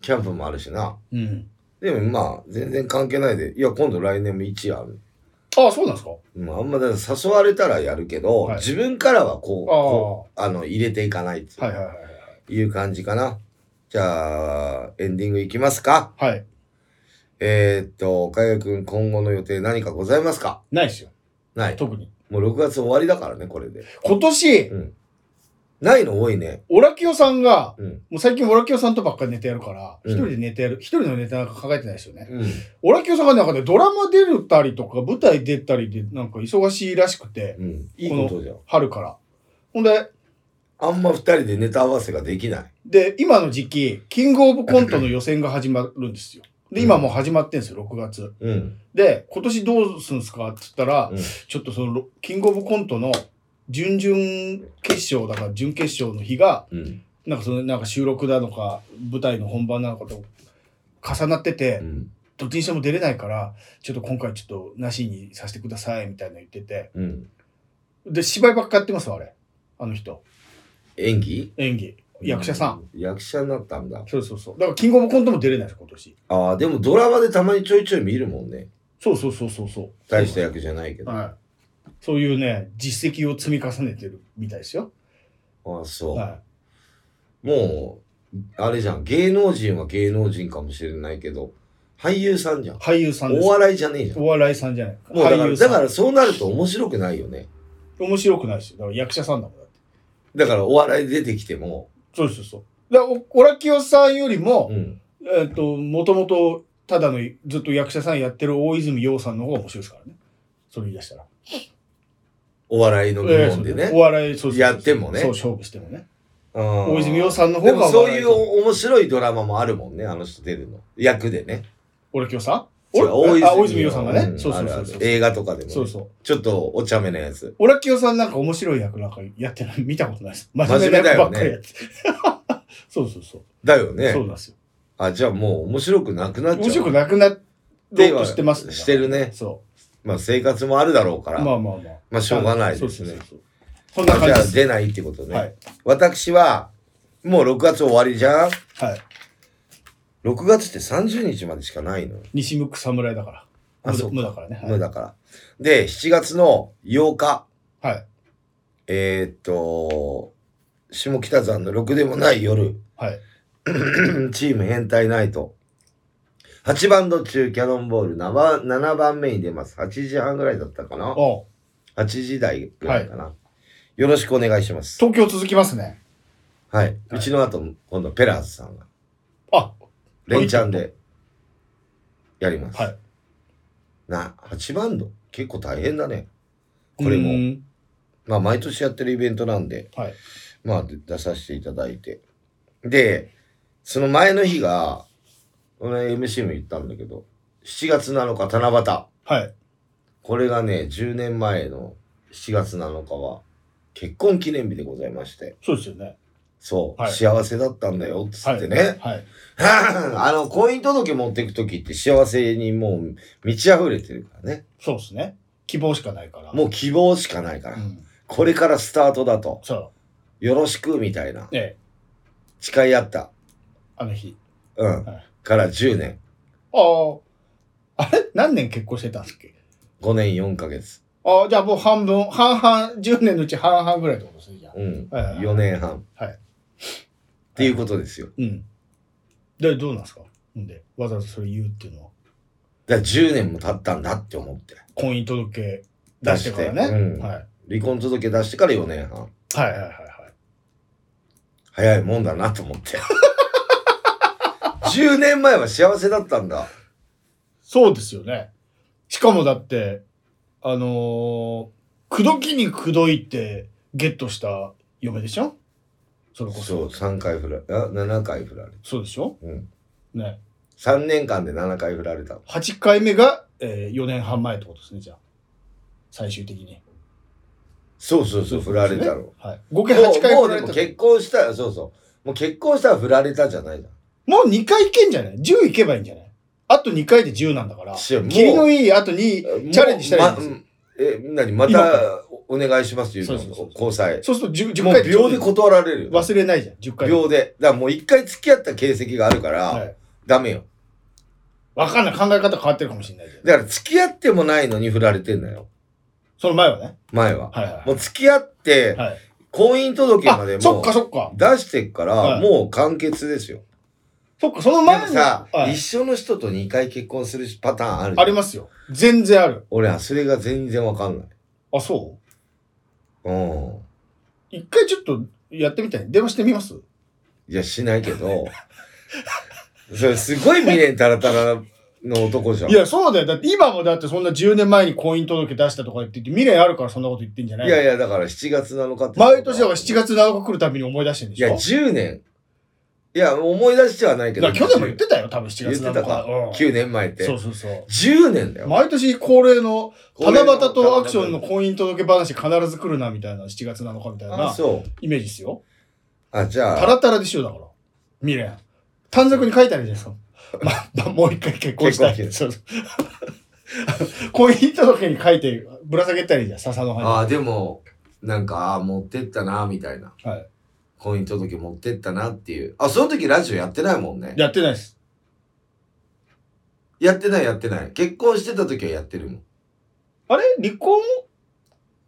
Speaker 1: キャンプもあるしな
Speaker 2: うん。
Speaker 1: でもまあ全然関係ないでいや今度来年も1ある、
Speaker 2: あ、そうなんですか
Speaker 1: うん、あんまだから誘われたらやるけど、
Speaker 2: はい
Speaker 1: 自分からはこう
Speaker 2: あー
Speaker 1: こうあの入れていかないって
Speaker 2: はいはいはい
Speaker 1: いう感じかな、じゃあエンディングいきますか
Speaker 2: はい。はい。
Speaker 1: えー、っと岡谷君今後の予定何かございますか
Speaker 2: ないですよ。
Speaker 1: ない
Speaker 2: 特に。
Speaker 1: もう6月終わりだからねこれで
Speaker 2: 今年、
Speaker 1: うん。ないの多いね。
Speaker 2: オラキオさんが、
Speaker 1: うん。
Speaker 2: もう最近オラキオさんとばっかりネタやるから、
Speaker 1: うん
Speaker 2: 一、人でネタやる、一人のネタなんか考えてないですよね。
Speaker 1: うん。
Speaker 2: オラキオさんがなんかね、ドラマ出るたりとか、舞台出たりで、なんか忙しいらしくて、
Speaker 1: うん。いいことじゃん。
Speaker 2: 春から。ほんで、
Speaker 1: あんま二人でネタ合わせができない。
Speaker 2: で、今の時期、キングオブコントの予選が始まるんですよ。で、今もう始まってんですよ、6月。
Speaker 1: うん。
Speaker 2: で、今年どうすんすかって言ったら、
Speaker 1: うん
Speaker 2: ちょっとそのろ、キングオブコントの準々決勝だから、準決勝の日が、
Speaker 1: うん。
Speaker 2: なんかその、なんか収録だのか、舞台の本番なのかと重なってて、
Speaker 1: うん。
Speaker 2: どっちにしても出れないから、ちょっと今回ちょっとなしにさせてください、みたいなの言ってて。
Speaker 1: うん。
Speaker 2: で、芝居ばっかやってますわあれ。あの人。
Speaker 1: 演技
Speaker 2: 演技。役者さん。
Speaker 1: う役者になったんだ。
Speaker 2: そうそうそう。だから、キングオブコントも出れないです、今年。
Speaker 1: ああ、でもドラマでたまにちょいちょい見るもんね。
Speaker 2: そうそうそうそうそう。
Speaker 1: 大した役じゃないけど。あ
Speaker 2: はい。そういうね、実績を積み重ねてるみたいですよ。
Speaker 1: あ、そう。
Speaker 2: は
Speaker 1: もう、あれじゃん。芸能人は芸能人かもしれないけど、俳優さんじゃん
Speaker 2: い。。俳優さんで
Speaker 1: お
Speaker 2: す。
Speaker 1: 笑いじゃねえじゃん。も
Speaker 2: お笑いさんじゃない。
Speaker 1: うだか
Speaker 2: 俳
Speaker 1: ら、
Speaker 2: 優さ
Speaker 1: だ
Speaker 2: ん。
Speaker 1: からそうなると面白くないよね。
Speaker 2: 面白くないですよ。だから役者さんだもんだって。
Speaker 1: だからお笑い出てきても、
Speaker 2: そうそうそう。だからおオラキオさんよりも、
Speaker 1: うん。
Speaker 2: えっと、もともと、ただのずっと役者さんやってる大泉洋さんの方が面白いですからね。
Speaker 5: それ言い出したら。
Speaker 1: お笑いの部
Speaker 2: ええ
Speaker 1: 門で
Speaker 2: そう
Speaker 1: ね
Speaker 2: お。笑い、そうそう
Speaker 1: やってもね
Speaker 2: そう、勝負してもね。
Speaker 1: 大
Speaker 2: 大泉洋さんの
Speaker 1: で
Speaker 2: 方
Speaker 1: も
Speaker 2: が
Speaker 1: そういう
Speaker 2: お笑いと
Speaker 1: 面白いドラマもあるもんね、あの人出るの。役でね。
Speaker 2: オラキオさん
Speaker 1: 違う
Speaker 2: 俺あ大泉洋さんが
Speaker 1: う
Speaker 2: ね。そう
Speaker 1: あ
Speaker 2: そう
Speaker 1: るあ
Speaker 2: そ
Speaker 1: る
Speaker 2: うそう。
Speaker 1: 映画とかでもね。
Speaker 2: そうそう。
Speaker 1: ちょっとお茶目なやつ。
Speaker 2: オラキオさんなんか面白い役なんかやってない、見たことないです。真
Speaker 1: 面目だよね
Speaker 2: 面目な役ばっかりやって。 そうそうそう。
Speaker 1: だよ
Speaker 2: そう
Speaker 1: ね。
Speaker 2: なんですよ。
Speaker 1: あ、じゃあもう面白くなくなっちゃう。
Speaker 2: 面白くなくなろうとしてます
Speaker 1: ではしてるね
Speaker 2: そ
Speaker 1: まあ生活もあるだろうか
Speaker 2: う。
Speaker 1: ら。
Speaker 2: まあまあまあ。
Speaker 1: まあしょうがないです
Speaker 2: そう
Speaker 1: ね
Speaker 2: そう。そうそう。こんな
Speaker 1: じ
Speaker 2: 感
Speaker 1: ゃあ
Speaker 2: じです。
Speaker 1: 出ないってことね。
Speaker 2: はい
Speaker 1: 私は、もう6月終わりじゃん
Speaker 2: はい。
Speaker 1: ?6 月って30日までしかないのよ。
Speaker 2: 西向く侍だから。
Speaker 1: あそうか
Speaker 2: 無だ無だからね。はい
Speaker 1: 無だから。で、7月の8日、
Speaker 2: はい。
Speaker 1: えー、っと、下北沢の6でもない夜、
Speaker 2: はい。
Speaker 1: チーム変態ナイト。8バンド中キャノンボール7、7番目に出ます。8時半ぐらいだったかな
Speaker 2: おう
Speaker 1: ?8 時台ぐらいかな、よろしくお願いします。
Speaker 2: 東京続きますね。
Speaker 1: はい。うちの後、今度ペラーズさんが、
Speaker 2: あ、
Speaker 1: レンチャンで、やります。
Speaker 2: はい。
Speaker 1: な、8バンド結構大変だね。これ
Speaker 2: う
Speaker 1: も。
Speaker 2: ーん。
Speaker 1: まあ、毎年やってるイベントなんで、
Speaker 2: はい。
Speaker 1: まあ、で出させていただいて。で、その前の日が、俺 MC も言ったんだけど、7月7日七夕。
Speaker 2: はい。
Speaker 1: これがね、10年前の7月7日は、結婚記念日でございまして、
Speaker 2: そうですよね。
Speaker 1: そう、
Speaker 2: はい
Speaker 1: 幸せだったんだよ、っつ
Speaker 2: は
Speaker 1: っ
Speaker 2: い。
Speaker 1: てね。
Speaker 2: はい。
Speaker 1: あの、婚姻届持ってくときって幸せにもう満ち溢れてるからね。
Speaker 2: そうですね。希望しかないから。
Speaker 1: もう希望しかないから
Speaker 2: う。ん。
Speaker 1: これからスタートだと。
Speaker 2: そう。
Speaker 1: よろしく、みたいな。
Speaker 2: ええ。
Speaker 1: 誓い合った。
Speaker 2: あの日。
Speaker 1: うん
Speaker 2: はい。
Speaker 1: から10年。
Speaker 2: ああ。あれ何年結婚してたんですっけ
Speaker 1: 5年4ヶ月。
Speaker 2: ああ、じゃあもう半分、半々、10年のうち半々ぐらいってことですね、じゃあ。
Speaker 1: うん。
Speaker 2: はいはいはい
Speaker 1: 4年半。
Speaker 2: はい
Speaker 1: っていうことですよ。
Speaker 2: うん。で、どうなんですかんで、わざわざそれ言うっていうのは、
Speaker 1: だから10年も経ったんだって思って。
Speaker 2: 婚姻届出してから
Speaker 1: 出して
Speaker 2: ね。
Speaker 1: うん
Speaker 2: はい。
Speaker 1: 離婚届出してから4年半。
Speaker 2: はいはいはいはい。
Speaker 1: 早いもんだなと思 って。10年前は幸せだったんだ。
Speaker 2: そうですよね。しかもだって、あのー、口説きに口説いてゲットした嫁でしょそれこそ。
Speaker 1: そう、3回振られ、あ、7回振られ
Speaker 2: そうでしょ
Speaker 1: た。うん。
Speaker 2: ね。
Speaker 1: 3年間で7回振られた。
Speaker 2: 8回目が、えー、4年半前ってことですね、じゃあ。最終的に。
Speaker 1: そうそうそう、振られたの。も
Speaker 2: はい。合計8
Speaker 1: う、
Speaker 2: 回
Speaker 1: もう
Speaker 2: 振
Speaker 1: で
Speaker 2: られた
Speaker 1: も。結婚したら、そうそう。もう結婚したら振られたじゃないじゃん。
Speaker 2: もう2回いけんじゃない ?10 いけばいいんじゃないあと2回で10なんだから。
Speaker 1: しもう
Speaker 2: 霧のいい後にチャレンジしたらいいんですよ
Speaker 1: まえ、何ま
Speaker 2: 今か
Speaker 1: たお願いしますって言う
Speaker 2: そうそう
Speaker 1: の
Speaker 2: そう
Speaker 1: 交際。
Speaker 2: そうすると 10,
Speaker 1: もう
Speaker 2: 回ちょ
Speaker 1: 秒
Speaker 2: うど
Speaker 1: で断られるよ。
Speaker 2: 忘れないじゃん、10回。
Speaker 1: 秒で。だからもう一回付き合った形跡があるから、
Speaker 2: はい。
Speaker 1: ダメよ。
Speaker 2: わかんない。考え方変わってるかもしれないじゃん。
Speaker 1: だから付き合ってもないのに振られてんだよ。
Speaker 2: その前はね。
Speaker 1: 前は。
Speaker 2: はいはい
Speaker 1: もう付き合って、
Speaker 2: はい。はい、
Speaker 1: 婚姻届まで
Speaker 2: あ、そ
Speaker 1: も
Speaker 2: っかそっか。
Speaker 1: 出してっから、
Speaker 2: はい
Speaker 1: もう完結ですよ。
Speaker 2: そっか、その
Speaker 1: でも
Speaker 2: 前の
Speaker 1: さ、
Speaker 2: はい
Speaker 1: 一緒の人と2回結婚するパターンあるじゃ
Speaker 2: あ
Speaker 1: ん
Speaker 2: りますよ。全然ある。
Speaker 1: 俺はそれが全然わかんない。
Speaker 2: あ、そう
Speaker 1: うん。
Speaker 2: 一回ちょっとやってみたい。電話してみます
Speaker 1: いや、しないけど、 それすごい未練たらたらの男じゃん。
Speaker 2: いや、そうだよ。だって今もだってそんな10年前に婚姻届出したとか言ってて、未練あるからそんなこと言ってんじゃない
Speaker 1: いやいや、だから7月7日って。
Speaker 2: 毎年だから7月7日来るたびに思い出してんで
Speaker 1: い
Speaker 2: しょ
Speaker 1: や、10年。いや、思い出してはないけ
Speaker 2: だか
Speaker 1: ど。
Speaker 2: ら去年も言ってたよ、多分7
Speaker 1: 言っ
Speaker 2: 月
Speaker 1: て
Speaker 2: 7日。
Speaker 1: たか。
Speaker 2: うん
Speaker 1: 9年前って。
Speaker 2: そうそうそう。
Speaker 1: 10年だよ。
Speaker 2: 毎年恒例の
Speaker 1: これ
Speaker 2: 七
Speaker 1: の
Speaker 2: 夕とアクションの婚姻届話必ず来るなみたいな7月7日みたい
Speaker 1: あ、
Speaker 2: な
Speaker 1: そう。
Speaker 2: イメージですよ。
Speaker 1: あ、じゃあ。
Speaker 2: タラタラでしょだから。未練。短冊に書いてあるじ ゃないですか。ま、ま、もう一回結婚したい。
Speaker 1: 結
Speaker 2: そうそう 婚姻届に書いてぶら下げたりじゃん、笹の
Speaker 1: あ
Speaker 2: 葉
Speaker 1: あ、でも、なんか、ああ、持ってったな、みたいな。
Speaker 2: はい
Speaker 1: 婚姻届持ってったなっていう。あ、その時ラジオやってないもんね
Speaker 2: に。。やってないです。
Speaker 1: やってない、やってない。結婚してた時はやってるもん。
Speaker 2: あれ離婚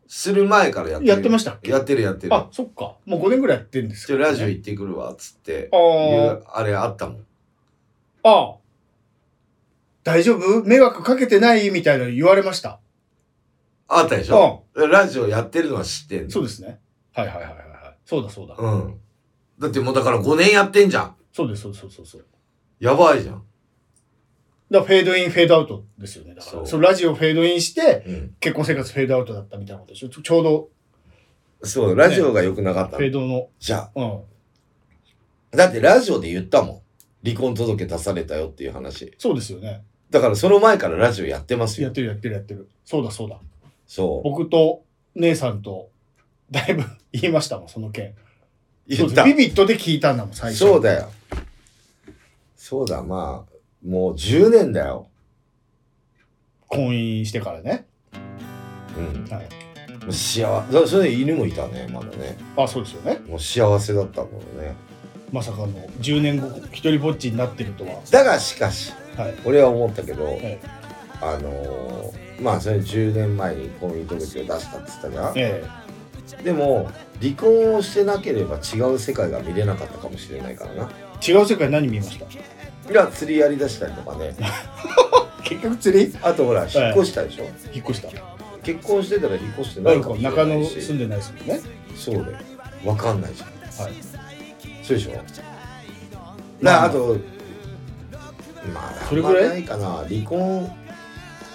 Speaker 1: する前からやってる。
Speaker 2: やってましたっけ
Speaker 1: やってる、やってる。
Speaker 2: あ、そっか。もう5年ぐらいやってるんです
Speaker 1: ちょ、ラジオ行ってくるわ、つって。
Speaker 2: あ
Speaker 1: いうあれあったもん。
Speaker 2: あ。ああ。大丈夫迷惑かけてないみたいなの言われました。
Speaker 1: あったでしょラジオやってるのは知ってんの。
Speaker 2: そうですね。はいはいはいはいはい。そうだそうだ。
Speaker 1: うん。だってもうだから5年やってんじゃん。
Speaker 2: そうです、そうそうそうそう。
Speaker 1: やばいじゃん。
Speaker 2: だからフェードイン、フェードアウトですよね。だから、
Speaker 1: そ
Speaker 2: そうのラジオフェードインして、
Speaker 1: うん。
Speaker 2: 結婚生活フェードアウトだったみたいなことでしょ。ちょちょうど、
Speaker 1: そう、ラジオが良くなかった
Speaker 2: フェードの、
Speaker 1: じゃ
Speaker 2: うん。
Speaker 1: あ。だってラジオで言ったもん。離婚届出されたよっていう話。
Speaker 2: そうですよね。
Speaker 1: だからその前からラジオやってます
Speaker 2: や
Speaker 1: よ
Speaker 2: っ。てる、やってる、やってる。そうだ、そうだ。
Speaker 1: そ
Speaker 2: 僕と姉さんと、だいぶ言いましたもん、その件。
Speaker 1: う。
Speaker 2: そ
Speaker 1: 言
Speaker 2: う
Speaker 1: っ
Speaker 2: です
Speaker 1: た
Speaker 2: ビ。ビットで聞いたんだもん、最初。
Speaker 1: そうだよ。そうだ、まあ、もう10年だよ。
Speaker 2: 婚姻してからね。
Speaker 1: うん。
Speaker 2: はい。
Speaker 1: もう幸せ。だそれで犬もいたね、まだね。
Speaker 2: あ、そうですよね。
Speaker 1: もう幸せだったもんね。
Speaker 2: まさかの10年後、一人ぼっちになってるとは。
Speaker 1: だがしかし、
Speaker 2: はい。
Speaker 1: 俺は思ったけど、
Speaker 2: え
Speaker 1: あのーまあそれ10年前に婚姻届を出したって言ったじゃん、
Speaker 2: ええ
Speaker 1: でも離婚をしてなければ違う世界が見れなかったかもしれないからな
Speaker 2: 違う世界何見ました
Speaker 1: いや釣りやりだしたりとか ね
Speaker 2: 結局釣り
Speaker 1: あとほら
Speaker 2: い
Speaker 1: 引っ越したでしょ、
Speaker 2: 引っ越した。
Speaker 1: 結婚してたら引っ越してな
Speaker 2: ないる
Speaker 1: か
Speaker 2: か
Speaker 1: もしれ
Speaker 2: 中
Speaker 1: な
Speaker 2: 野
Speaker 1: い
Speaker 2: 住ん
Speaker 1: し
Speaker 2: でないですもんね。
Speaker 1: そうだよ分かんないじゃん
Speaker 2: はい。
Speaker 1: そうでしょだ
Speaker 2: まあ
Speaker 1: あとまあ
Speaker 2: それぐらい
Speaker 1: あんまないかな離婚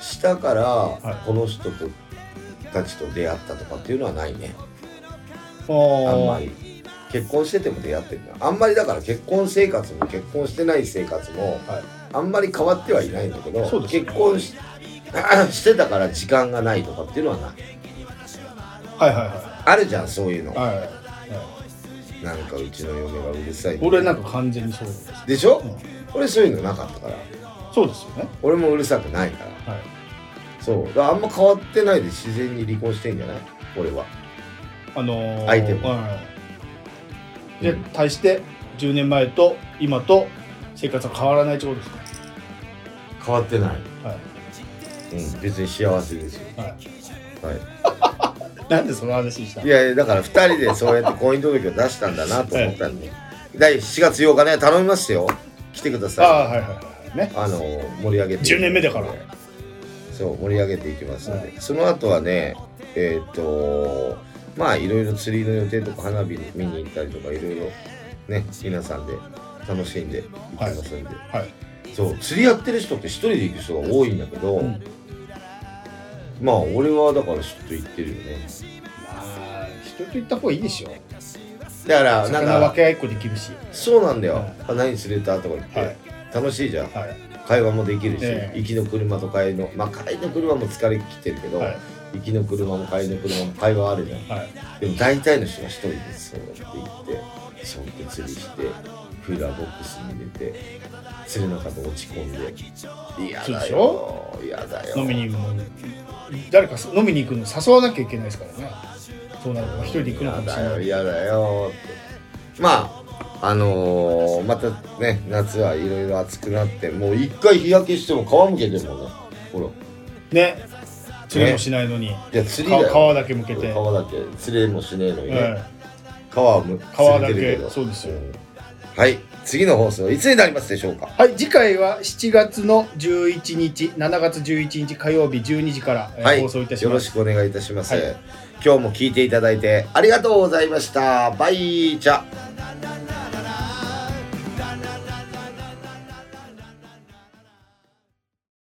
Speaker 1: したから
Speaker 2: い
Speaker 1: この人とたちと出会ったとかっていうのはないね
Speaker 2: あー
Speaker 1: あんまり結婚してても出会ってるなあんまりだから結婚生活も結婚してない生活も
Speaker 2: はい
Speaker 1: あんまり変わってはいないんだけど、
Speaker 2: そうですね
Speaker 1: 結婚し してたから時間がないとかっていうのはない
Speaker 2: はいはいは
Speaker 1: あるじゃんそういうの
Speaker 2: い。はいは
Speaker 1: なんかうちの嫁がうるさい
Speaker 2: い、俺なんか完全にそうです。
Speaker 1: でしょ、
Speaker 2: うん
Speaker 1: 俺そういうのなかったから
Speaker 2: そうですよね。
Speaker 1: 俺もうるさくないから
Speaker 2: はい。
Speaker 1: そうだからあんま変わってないで自然に離婚してんじゃない俺は
Speaker 2: あのー、
Speaker 1: 相手も
Speaker 2: はい。
Speaker 1: う
Speaker 2: で
Speaker 1: ん、
Speaker 2: 対して10年前と今と生活は変わらないってことですか。
Speaker 1: 変わってない、
Speaker 2: はい。
Speaker 1: うん、別に幸せですよ
Speaker 2: は
Speaker 1: はい
Speaker 2: い、 なんでその話にした
Speaker 1: い
Speaker 2: の
Speaker 1: やいやだから2人でそうやって婚姻届を出したんだなと思った んで、第7月8日ね頼みますよ来てくだ
Speaker 2: あ
Speaker 1: さい
Speaker 2: あ
Speaker 1: あ
Speaker 2: はいはいはいはい。ね。
Speaker 1: の盛り上げていきます
Speaker 2: 10年目だから
Speaker 1: そう盛り上げていきますので、
Speaker 2: は
Speaker 1: その後はねえっ、とまあいろいろ釣りの予定とか花火見に行ったりとかいろいろね皆さんで楽しんでいきますんで、
Speaker 2: はい。
Speaker 1: そう釣りやってる人って一人で行く人が多いんだけど、
Speaker 2: うん
Speaker 1: まあ俺はだからちょっと行ってるよね
Speaker 2: まあ人と行った方がいいでしょ。
Speaker 1: だからなん
Speaker 2: 魚分
Speaker 1: か
Speaker 2: け合いっこできるし。
Speaker 1: そうなんだよ、
Speaker 2: はい
Speaker 1: あ何釣れたとか言って、
Speaker 2: はい
Speaker 1: 楽しいじゃん
Speaker 2: はい
Speaker 1: 会話もできるし、
Speaker 2: ええ
Speaker 1: 行きの車と帰りのまあ帰りの車も疲れきってるけど、
Speaker 2: はい
Speaker 1: 行きの車も帰りの車も会話あるじゃん
Speaker 2: はい。
Speaker 1: でも大体の人が一人でそうやって行ってそうやって釣りしてクーラーボックスに入れて釣れなかったら落ち込んで嫌
Speaker 2: そうで
Speaker 1: だ
Speaker 2: し
Speaker 1: よ嫌だよ
Speaker 2: 飲みにも誰か飲みに行くの誘わなきゃいけないですからねそうなると一人で行くのかもしれない
Speaker 1: 嫌だよ嫌だよってまああのーまたね夏はいろいろ暑くなってもう一回日焼けしても皮むけてるもんねほら
Speaker 2: ね釣りもしないのに、
Speaker 1: いや釣りだよ
Speaker 2: か川だけ向けて、
Speaker 1: 川だけ釣れもしねえのにね、
Speaker 2: え
Speaker 1: 川む
Speaker 2: 川だけ
Speaker 1: 釣れてるど
Speaker 2: そうですよ
Speaker 1: んはい次の放送いつになりますでしょうか
Speaker 3: はい、次回は7月の11日、7月11日火曜日12時から、えー
Speaker 1: はい
Speaker 3: 放送いたし
Speaker 1: よ
Speaker 3: ま
Speaker 1: ろ
Speaker 3: す
Speaker 1: し。くお願いいたします、
Speaker 3: はい
Speaker 1: 今日も聞いていただいてありがとうございましたバイチャ